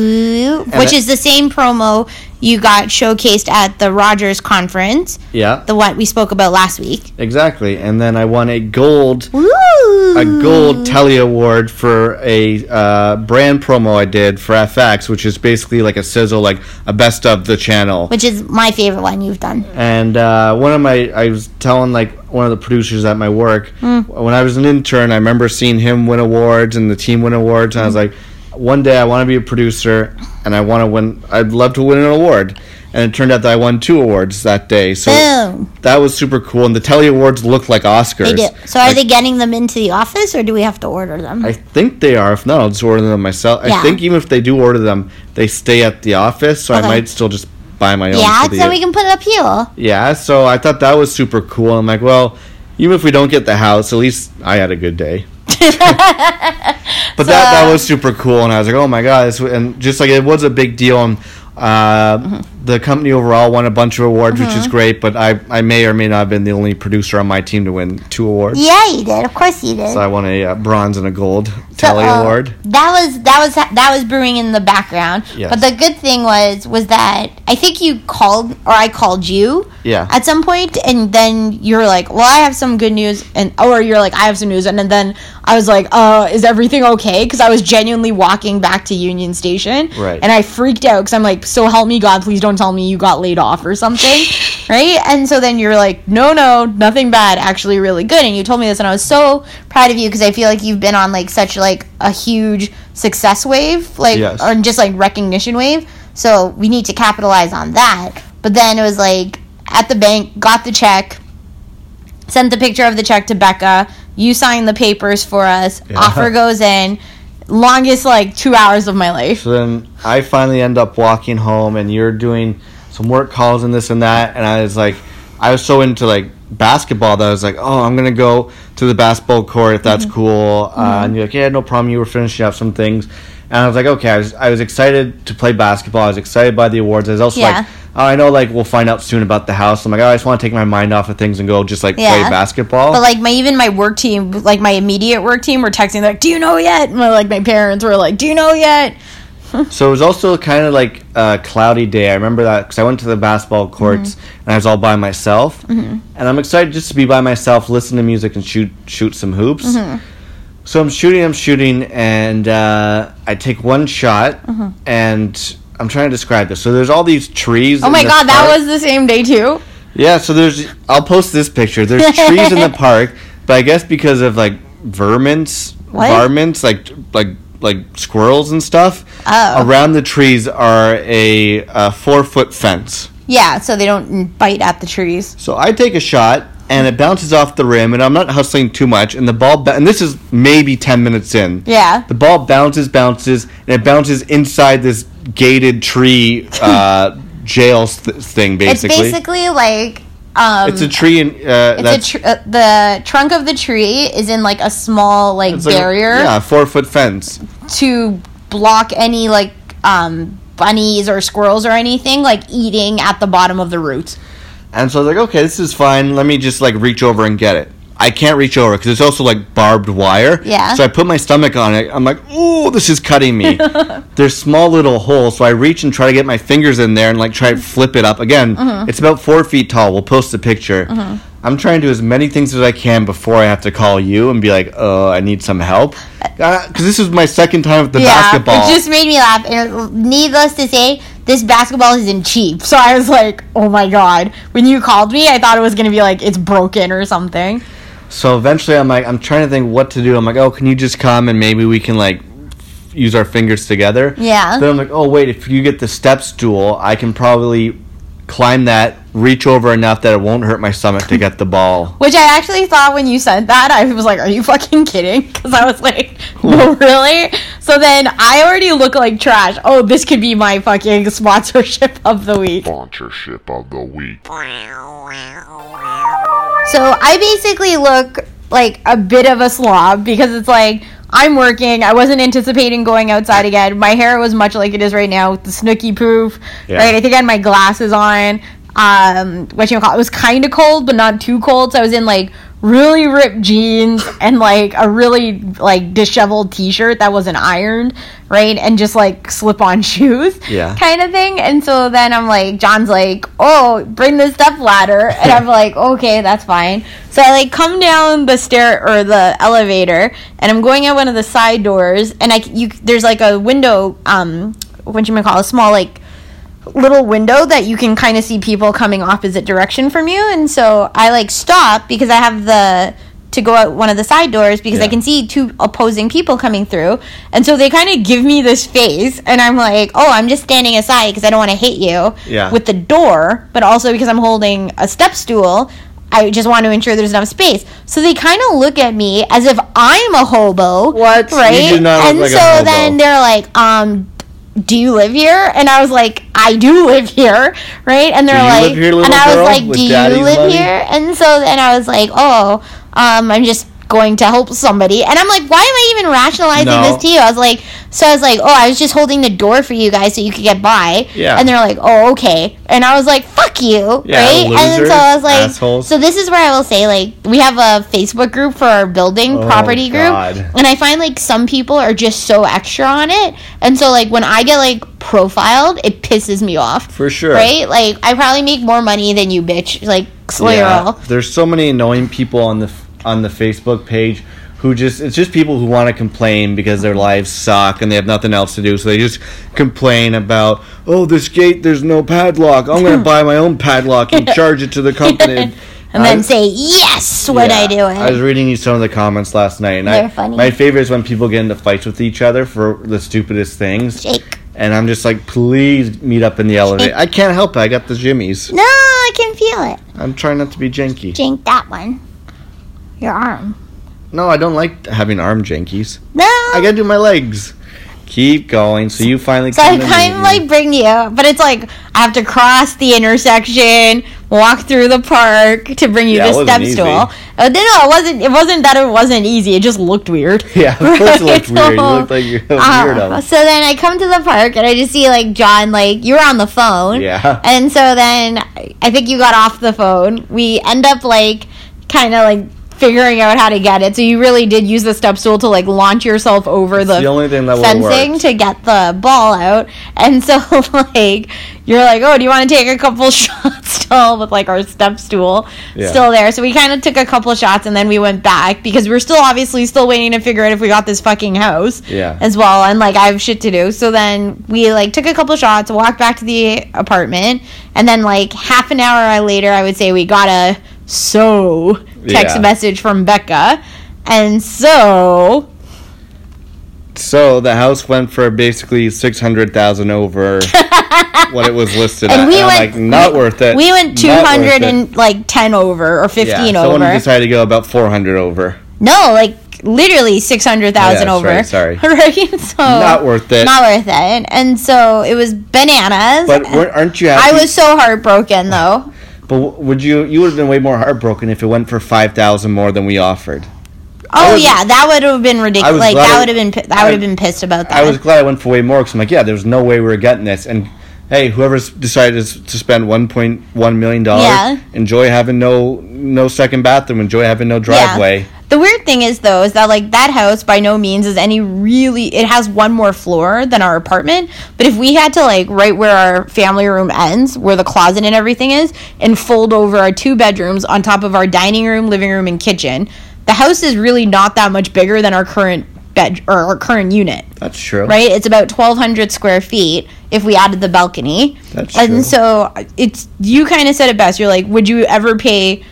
E: Ooh, which
B: it-
E: is the same promo you got showcased at the Rogers conference,
B: Yeah,
E: the one we spoke about last week.
B: exactly. And then I won a gold.
E: Ooh.
B: A
E: *sighs*
B: gold Telly Award for a uh, brand promo I did for FX, which is basically like a sizzle, like a best of the channel.
E: Which is my favorite one you've done.
B: and uh, one of my i was telling like one of the producers at my work
E: Hmm.
B: when i was an intern i remember seeing him win awards and the team win awards
E: Hmm.
B: and i was like one day i want to be a producer and i want to win i'd love to win an award and it turned out that i won two awards that day so
E: Boom.
B: that was super cool and the telly awards look like oscars
E: They do. So are
B: Like,
E: they getting them into the office or do we have to order them?
B: I think they are. If not, I'll just order them myself.
E: Yeah.
B: I think even if they do order them, they stay at the office, so
E: Okay.
B: I might still just buy my own.
E: yeah,
B: for the
E: so we can put it up here.
B: yeah, so I thought that was super cool. I'm like, well, even if we don't get the house, at least I had a good
E: *laughs*
B: day. but that that was super cool, and I was like, oh my god, this, and just like it was a big deal. And uh,
E: Mm-hmm.
B: the company overall won a bunch of awards, which is great. But I I may or may not have been the only producer on my team to win two awards.
E: Yeah, you did. Of course you did.
B: So I won a uh, bronze and a gold
E: So,
B: Tally
E: uh,
B: award.
E: That was that was that was brewing in the background.
B: Yes.
E: But the good thing was was that I think you called or I called you.
B: Yeah.
E: At some point, and then you're like, "Well, I have some good news," and or you're like, "I have some news," and, then I was like, "Uh, is everything okay?" Because I was genuinely walking back to Union Station,
B: Right.
E: And I freaked out because I'm like, "So help me God, please don't tell me you got laid off or something." Right, and so then you're like, no, no, nothing bad, actually really good. And you told me this, and I was so proud of you because I feel like you've been on like such like a huge success wave, like
B: Yes.
E: or just like recognition wave. So we need to capitalize on that. But then it was like at the bank, got the check, sent the picture of the check to Becca. You signed the papers for us.
B: *laughs*
E: Offer goes in. Longest like two hours of my life.
B: So then I finally end up walking home, and you're doing some work calls and this and that. And I was like, I was so into like basketball that I was like, oh, I'm gonna go to the basketball court if
E: Mm-hmm.
B: that's cool. Uh, and you're like, yeah, no problem. You were finishing up some things, and I was like, okay. I was I was excited to play basketball. I was excited by the awards. I was also
E: Yeah.
B: like. Oh, I know, like we'll find out soon about the house. I'm like, oh, I just want to take my mind off of things and go just like
E: Yeah.
B: play basketball.
E: But like my even my work team, like my immediate work team, were texting like, "Do you know yet?" And my, like my parents were like, "Do you know yet?"
B: so it was also kind of like a cloudy day. I remember that because I went to the basketball courts
E: Mm-hmm.
B: and I was all by myself. And I'm excited just to be by myself, listen to music, and shoot shoot some hoops.
E: Mm-hmm.
B: So I'm shooting, I'm shooting, and uh, I take one shot,
E: Mm-hmm.
B: and I'm trying to describe this. So there's all these trees.
E: Oh my god, that was the same day too.
B: Yeah, so there's. I'll post this picture.
E: *laughs*
B: There's trees in the park, but I guess because of like vermints,
E: What?
B: varmints, like like like squirrels and stuff.
E: Oh.
B: Around the trees are a, a four foot fence.
E: Yeah, so they don't bite at the trees.
B: So I take a shot and it bounces off the rim, and I'm not hustling too much. And the ball, ba- and this is maybe ten minutes in.
E: Yeah.
B: The ball bounces, bounces, and it bounces inside this gated
E: *laughs*
B: tree uh, jail th- thing.
E: It's
B: Basically,
E: basically like um
B: It's a tree, and uh,
E: it's a
B: that's
E: tr- uh, the trunk of the tree is in like a small like
B: It's like a-
E: barrier
B: yeah, four foot fence.
E: to block any like um bunnies or squirrels or anything like eating at the bottom of the roots.
B: And so I was like, okay, this is fine. Let me just like reach over and get it. I can't reach over because it's also like barbed wire.
E: Yeah.
B: So I put my stomach on it. I'm like, ooh, this is cutting
E: *laughs*
B: me. There's small little holes, so I reach and try to get my fingers in there and like try to flip it up. Again,
E: Mm-hmm.
B: it's about four feet tall. We'll post the picture. I'm trying to do as many things as I can before I have to call you and be like, oh, I need some help.
E: Uh,
B: Because this is my second time with the basketball.
E: It just made me laugh. And needless to say, this basketball isn't cheap. So I was like, oh my god. When you called me, I thought it was going to be like, it's broken or something.
B: So eventually, I'm like, I'm trying to think what to do. I'm like, oh, can you just come and maybe we can like f- use our fingers together?
E: Yeah.
B: Then I'm like, oh wait, if you get the step stool, I can probably climb that, reach over enough that it won't hurt my stomach to get the ball.
E: Which I actually thought when you sent that, I was like, are you fucking kidding? *laughs* Because I was like, no, really? So then I already look like trash. Oh, this could be my fucking *laughs* sponsorship of the week.
G: sponsorship of the week.
E: So I basically look like a bit of a slob because it's like I'm working. I wasn't anticipating going outside again. My hair was much like it is right now with the snooky poof.
B: Yeah.
E: Right, I think I had my glasses on. Um, what you call it was kind of cold, but not too cold. So I was in like really ripped jeans and like a really like disheveled t-shirt that wasn't ironed, right? And just like slip-on *laughs* shoes
B: Yeah.
E: kind of thing. And so then I'm like, John's like, oh, bring the step ladder, and I'm like, okay, that's fine. So I like come down the stair or the elevator, and I'm going out one of the side doors, and I c- you there's like a window, um, what you may call a small like little window that you can kind of see people coming opposite direction from you and so i like stop because i have the to go out one of the side doors because i
B: Yeah.
E: can see two opposing people coming through and so they kind of give me this face and i'm like oh i'm just standing aside because i don't want to hit you
B: Yeah.
E: with the door but also because i'm holding a step stool i just want to ensure there's enough space so they kind of look at me as if i'm a hobo
B: What? You
E: right
B: do not look
E: and
B: like a
E: so
B: hobo.
E: then they're like um do you live here? And I was like, I do live here, right? And they're
B: you live
E: like,
B: here, little
E: and I
B: girl,
E: was like,
B: with
E: do you
B: daddy's
E: live
B: money?
E: here? And so then I was like, oh, um, I'm just going to help somebody. And I'm like, why am I even rationalizing
B: No.
E: this to you? I was like, so I was like, oh, I was just holding the door for you guys so you could get by.
B: Yeah.
E: And they're like, oh, okay. And I was like, fuck you,
B: Yeah,
E: right? and
B: losers,
E: so I was like,
B: assholes.
E: so this is where I will say, like, we have a Facebook group for our building property group.
B: Oh, God.
E: And I find like some people are just so extra on it. And so like when I get like profiled, it pisses me off.
B: For sure.
E: Right? Like I probably make more money than you bitch. Like slow your roll.
B: There's so many annoying people on the on the Facebook page who just it's just people who want to complain because their lives suck and they have nothing else to do, so they just complain about oh this gate there's no padlock. I'm
E: *laughs*
B: gonna buy my own padlock and charge it to the company. I-
E: And then say yes when
B: Yeah.
E: I do it.
B: I was reading some of the comments last night, and I,
E: They're funny.
B: my favorite is when people get into fights with each other for the stupidest things.
E: Jake.
B: And I'm just like, please meet up in the elevator. I can't help it. I got the jimmies.
E: No, I can feel it.
B: I'm trying not to be janky.
E: Jink that one. Your arm.
B: No, I don't like having arm jankies.
E: No.
B: I gotta do my legs. Keep going. So you finally.
E: So I
B: come to
E: kind of
B: me.
E: like bring you, but it's like I have to cross the intersection, walk through the park to bring you
B: Yeah, it
E: the
B: wasn't
E: step
B: easy.
E: stool. Uh, no, no, it wasn't. It wasn't that it wasn't easy. It just looked weird.
B: *laughs* Yeah, of course it looked
E: So,
B: weird. You looked like you're
E: *laughs*
B: a
E: uh,
B: weirdo.
E: so then I come to the park and I just see like John, like you were on the phone.
B: Yeah.
E: And so then I I think you got off the phone. We end up like kind of like figuring out how to get it. So you really did use the step stool to like launch yourself over the,
B: the only thing that would've
E: fencing
B: worked.
E: to get the ball out. And so *laughs* like you're like, oh, do you want to take a couple *laughs* shots still with like our step stool
B: Yeah.
E: still there? So we kind of took a couple shots and then we went back because we're still obviously still waiting to figure out if we got this fucking house
B: Yeah.
E: as well and like i have shit to do so then we like took a couple shots walked back to the apartment and then like half an hour later i would say we got a so text
B: Yeah.
E: message from becca and so
B: So the house went for basically six hundred thousand
E: *laughs*
B: over what it was listed at.
E: and we
B: I'm
E: went
B: like, not
E: we-
B: worth it.
E: we went
B: Not worth
E: 200
B: it.
E: and like 10 over or 15
B: yeah, Someone
E: over
B: decided to go about four hundred over.
E: no like literally 600000
B: Yeah,
E: over
B: that's right, sorry.
E: *laughs* right so
B: not worth it.
E: Oh, not worth it and so it was bananas
B: but weren't- aren't you
E: i
B: happy?
E: was so heartbroken though
B: But w- would you? You would have been way more heartbroken if it went for five thousand more than we offered.
E: Oh
B: was-
E: yeah, that would have been ridiculous.
B: was
E: Like
B: glad
E: that
B: I-
E: would have been pi- I would have been pissed about that.
B: I was glad I went for way more because I'm like, yeah, there's no way we were getting this. And hey, whoever's decided to s- to spend 1.1 million dollars,
E: Yeah.
B: enjoy having no no second bathroom, enjoy having no driveway.
E: The weird thing is though is that like that house by no means is any really it has one more floor than our apartment, but if we had to like right where our family room ends, where the closet and everything is, and fold over our two bedrooms on top of our dining room, living room and kitchen, the house is really not that much bigger than our current bed or our current unit.
B: That's true.
E: right? It's about twelve hundred square feet if we added the balcony.
B: That's
E: and
B: true.
E: so it's you kind of said it best. You're like, would you ever pay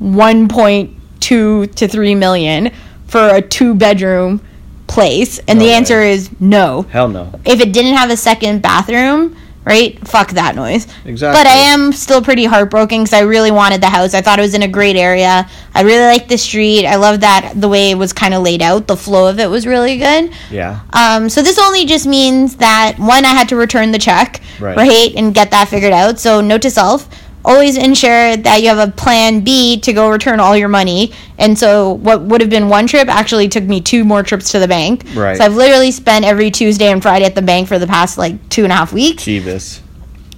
E: one point two to three million for a two bedroom place? And the
B: way.
E: answer is no.
B: Hell no.
E: If it didn't have a second bathroom. Right? Fuck that noise.
B: Exactly.
E: But I am still pretty heartbroken because I really wanted the house. I thought it was in a great area. I really liked the street. I love that the way it was kind of laid out. The flow of it was really good.
B: Yeah.
E: Um, so this only just means that one, I had to return the check, right.
B: Right.
E: and get that figured out. So note to self: always ensure that you have a plan B to go return all your money. And so what would have been one trip actually took me two more trips to the bank.
B: Right.
E: So I've literally spent every Tuesday and Friday at the bank for the past like two and a half weeks
B: Jeebus.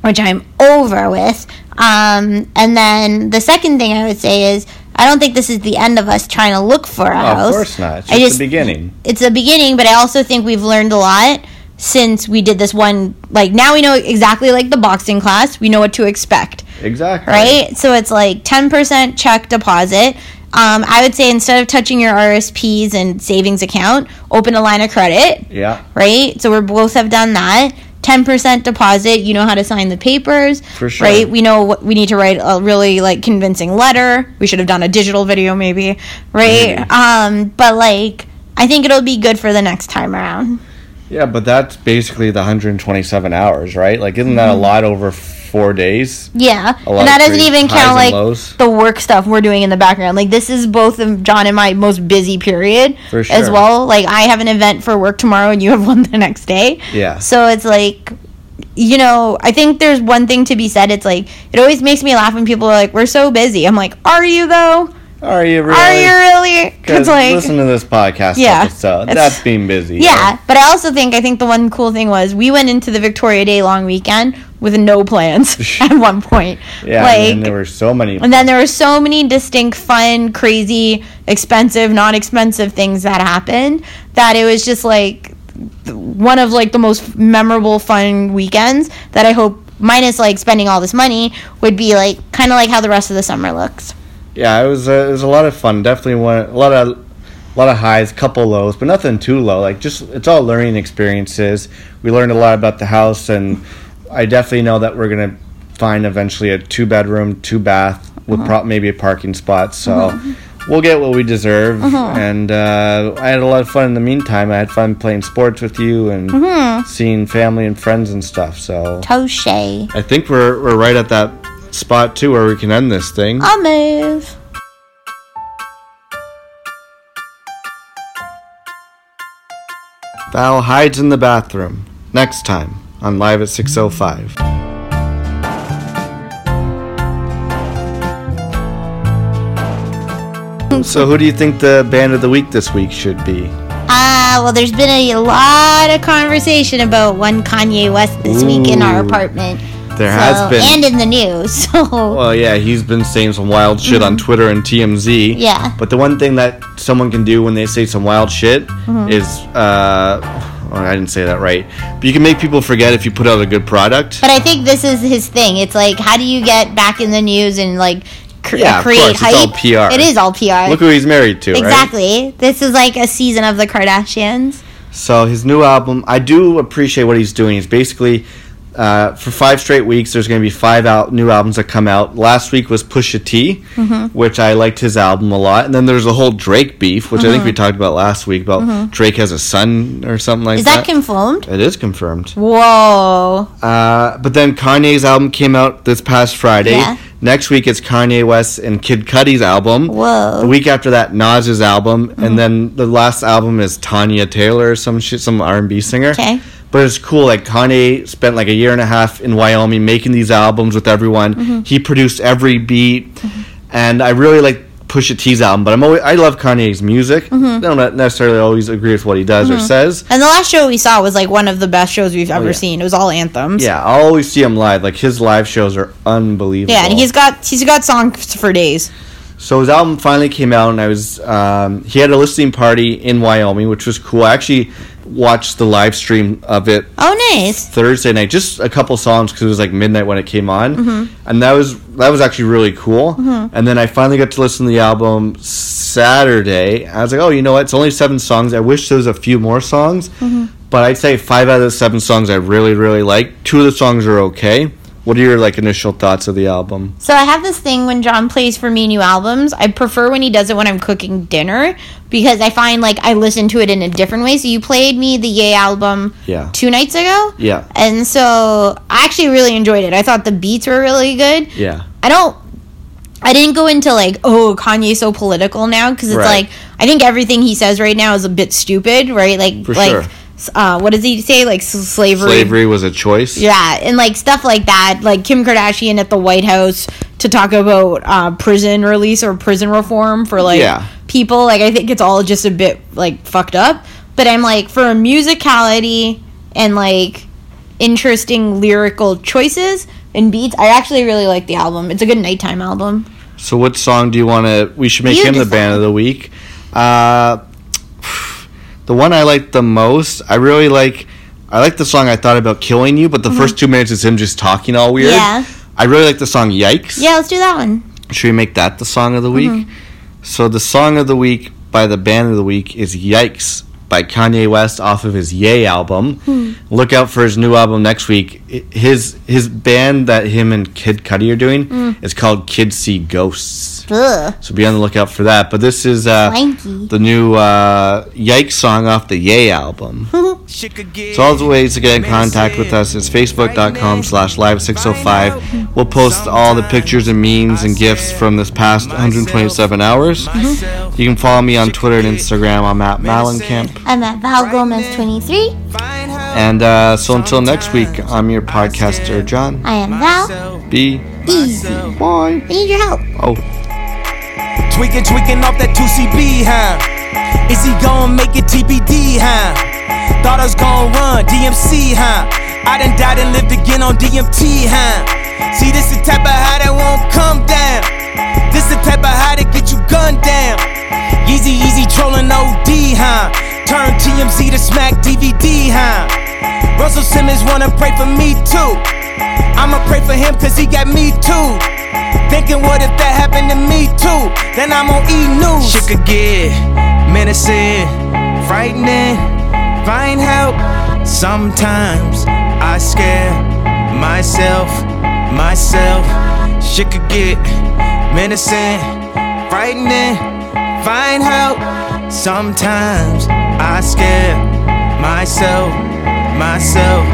E: which I'm over with. Um, and then the second thing I would say is I don't think this is the end of us trying to look for a
B: No,
E: house.
B: Oh, of course not. It's
E: I
B: just, the beginning.
E: It's the beginning, but I also think we've learned a lot since we did this one. Like now we know exactly like the boxing class, we know what to expect
B: Exactly.
E: right? So it's like 10% check deposit. Um, I would say instead of touching your RSPs and savings account, open a line of credit.
B: Yeah.
E: Right? So we're both have done that. 10% deposit, you know how to sign the papers.
B: For sure.
E: Right? We know what we need to write a really like convincing letter. We should have done a digital video maybe, right? Um, but like I think it'll be good for the next time around.
B: Yeah, but that's basically the 127 hours, right? Like, isn't that a lot over four days?
E: Yeah,
B: lot
E: Mm-hmm. and that
B: of
E: doesn't
B: great
E: even
B: highs
E: count
B: and
E: like
B: lows.
E: the work stuff we're doing in the background. Like this is both of John and my most busy period
B: For
E: as
B: sure.
E: well. Like I have an event for work tomorrow, and you have *laughs* one the next day.
B: Yeah.
E: So it's like, you know, I think there's one thing to be said. It's like it always makes me laugh when people are like, "We're so busy." I'm like, "Are you though?
B: Are you really?
E: Are you
B: *laughs*
E: really?"
B: 'Cause
E: Because like,
B: listen to this podcast
E: Yeah,
B: episode.
E: it's-
B: That's being busy.
E: yeah. But I also think I think the one cool thing was we went into the Victoria Day long weekend with no plans *laughs* at one point.
B: Yeah.
E: Like.
B: and then there were so many.
E: And then there were so many distinct, fun, crazy, expensive, non expensive things that happened that it was just like th- one of like the most memorable, fun weekends that I hope, minus like spending all this money, would be like kind of like how the rest of the summer looks.
B: yeah, it was a, it was a lot of fun. Definitely one a lot of a lot of highs, couple lows, but nothing too low. Like just it's all learning experiences. We learned a lot about the house, and I definitely know that we're gonna find eventually a two bedroom, two bath with prop maybe a parking spot. So. We'll get what we deserve, and uh, I had a lot of fun in the meantime. I had fun playing sports with you and seeing family and friends and stuff. So
E: Toshe.
B: I think we're we're right at that spot too where we can end this thing.
E: I'll move.
B: Val hides in the bathroom. Next time on Live at 605. So, who do you think the band of the week this week should be?
E: Ah, well, there's been a lot of conversation about one Kanye West this week in our
B: Ooh.
E: apartment.
B: There
E: So,
B: has been.
E: and in the news. *laughs* So
B: well, yeah, he's been saying some wild shit on Twitter and TMZ.
E: Mm-hmm. Yeah.
B: But the one thing that someone can do when they say some wild shit
E: Mm-hmm.
B: is, uh, oh, I didn't say that right. But you can make people forget if you put out a good product.
E: But I think this is his thing. It's like, how do you get back in the news and like cr-
B: Yeah, of
E: create
B: course. It's
E: hype?
B: all PR.
E: It is all PR.
B: Look who he's married to, right?
E: exactly. This is like a season of the Kardashians.
B: So his new album, I do appreciate what he's doing. He's basically uh, for five straight weeks. There's going to be five out new albums that come out. Last week was Pusha T,
E: Mm-hmm.
B: which I liked his album a lot. And then there's a whole Drake beef, which I think we
E: Mm-hmm.
B: talked about last week about Drake has a son or something like
E: Is
B: that.
E: that confirmed?
B: it is confirmed.
E: Whoa.
B: Uh, but then Kanye's album came out this past Friday.
E: Yeah.
B: Next week it's Kanye West and Kid Cudi's album.
E: Whoa.
B: The week after that, Nas's album,
E: Mm-hmm.
B: and then the last album is Tanya Taylor, some shit, some R and B singer.
E: Okay.
B: But it's cool. Like Kanye spent like a year and a half in Wyoming making these albums with everyone.
E: Mm-hmm.
B: He produced every beat, and I really like Pusha T's album. But I'm always I love Kanye's music.
E: Mm-hmm.
B: I don't necessarily always agree with what he does or says.
E: And the last show we saw was like one of the best shows we've ever
B: Oh, yeah.
E: seen. It was all anthems.
B: Yeah, I always see him live. Like his live shows are unbelievable.
E: Yeah, and he's got he's got songs for days.
B: so his album finally came out, and I was um, he had a listening party in Wyoming, which was cool. I actually watched the live stream of it
E: Oh, nice.
B: Thursday night, just a couple songs because it was like midnight when it came on, and that was that was actually really cool. And then I finally got to listen to the album Saturday. I was like, oh, you know what? It's only seven songs. I wish there was a few more songs, but I'd say five out of the seven songs I really really like. Two of the songs are okay. What are your like initial thoughts of the album?
E: So I have this thing when John plays for me new albums. I prefer when he does it when I'm cooking dinner because I find like I listen to it in a different way. So you played me the Yay album
B: Yeah.
E: two nights ago.
B: Yeah.
E: And so I actually really enjoyed it. I thought the beats were really good.
B: Yeah.
E: I don't I didn't go into like, oh, Kanye's so political now because it's
B: Right.
E: like I think everything he says right now is a bit stupid, right? Like
B: For
E: like
B: sure.
E: s- uh, what does he say? Like s-
B: Slavery was a choice.
E: yeah, and like stuff like that, like Kim Kardashian at the White House to talk about uh, prison release or prison reform for like
B: Yeah.
E: people. Like I think it's all just a bit like fucked up. But I'm like for musicality and like interesting lyrical choices and beats. I actually really like the album. It's a good nighttime album.
B: So what song do you want to? We should make
E: You
B: him the
E: decide.
B: band of the week. Uh, the one I like the most, I really like. I like the song I thought about killing you, but the first two minutes is him just talking all weird.
E: Mm-hmm. Yeah.
B: I really like the song Yikes.
E: Yeah, let's do that one.
B: Should we make that the song of the week? So the song of the week by the band of the week is Yikes by Kanye West off of his Yay album. Look out for his new album next week. I- His his band that him and Kid Cudi are doing is called Kids See Ghosts.
E: Ugh.
B: So be on the lookout for that. But this is uh,
E: Swanky.
B: the new uh, Yikes song off the Yay album. so all the ways to get in contact with us is facebook.com slash live605. We'll post all the pictures and memes and gifts from this past 127 hours. You can follow me on Twitter and Instagram. I'm at Malincamp.
E: I'm at Val Gomez 23.
B: And uh, so until next week, I'm your podcaster, John.
E: I am Val.
B: B.
E: Easy.
B: Bye.
E: I need your help.
B: Oh.
H: Tweaking, tweaking off that 2CB, huh? Is he gonna make it TBD, huh? Thought I was gonna run DMC, huh? I done died and lived again on DMT, huh? See, this the type of high that won't come down. This the type of high that get you gunned down. Easy, easy trolling OD, huh? Turn TMZ to smack DVD, huh? Russell Simmons wanna pray for me too. I'ma pray for him cause he got me too. Thinking what if that happened to me too? Then I'm on E News. Shit could get menacing, frightening. Find help. Sometimes I scare myself, myself. Shit could get menacing, frightening. Find help. Sometimes I scare myself, myself.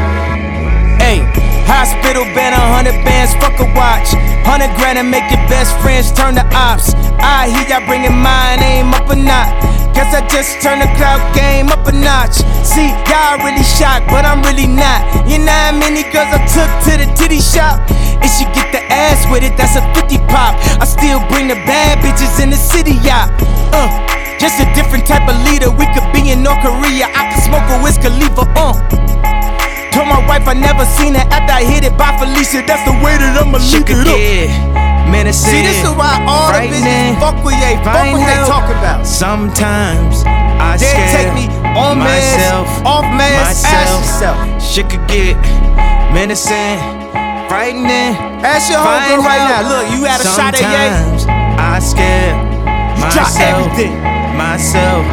H: Hey, hospital band, a hundred bands, fuck a watch. Hundred grand and make your best friends turn to ops. I hear y'all bringing mine, aim up a knot. Guess I just turned the cloud game up a notch. See, y'all really shocked, but I'm really not. You know how many girls I took to the titty shop? If she get the ass with it, that's a 50 pop. I still bring the bad bitches in the city, y'all. Uh. Just a different type of leader. We could be in North Korea. I could smoke a whiskey, leave a uh. Told my wife I never seen it after I hit it by Felicia. That's the way that I'ma
I: Shook
H: leak
I: it
H: it up.
I: up. Menacing.
H: See, this is why all the bitches
I: frightening,
H: fuck with they fuck
I: find
H: what they
I: out.
H: talk about.
I: Sometimes I
H: They
I: scare
H: take me on
I: myself,
H: mask, off mask, ask yourself.
I: Shit could get menacing, frightening.
H: Ask your
I: find
H: homegirl right
I: out.
H: now. Look, you had a shot at Ye.
I: Sometimes I scare
H: drop
I: myself,
H: everything.
I: myself.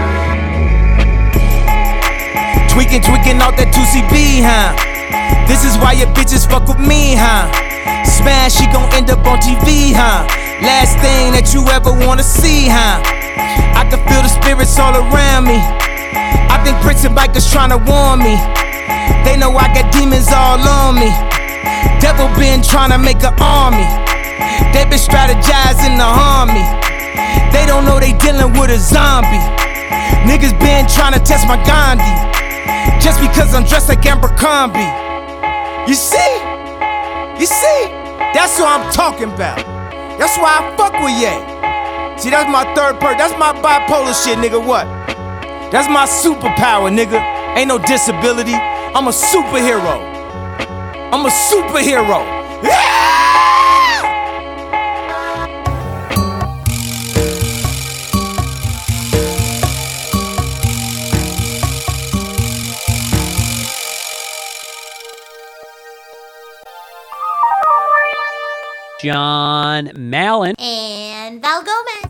H: Tweaking, tweaking out that 2CB, huh? This is why your bitches fuck with me, huh? Smash, she gon' end up on TV, huh? Last thing that you ever wanna see, huh? I can feel the spirits all around me. I think Prince and Mike is tryna warn me. They know I got demons all on me. Devil been tryna make an army. They been strategizing to harm me. They don't know they dealing with a zombie. Niggas been tryna test my Gandhi. Just because I'm dressed like Abercrombie. You see? You see? That's what I'm talking about. That's why I fuck with Ye. See, that's my third part. That's my bipolar shit, nigga. What? That's my superpower, nigga. Ain't no disability. I'm a superhero. I'm a superhero. Yeah!
D: John Mallon,
E: And Val Gomez.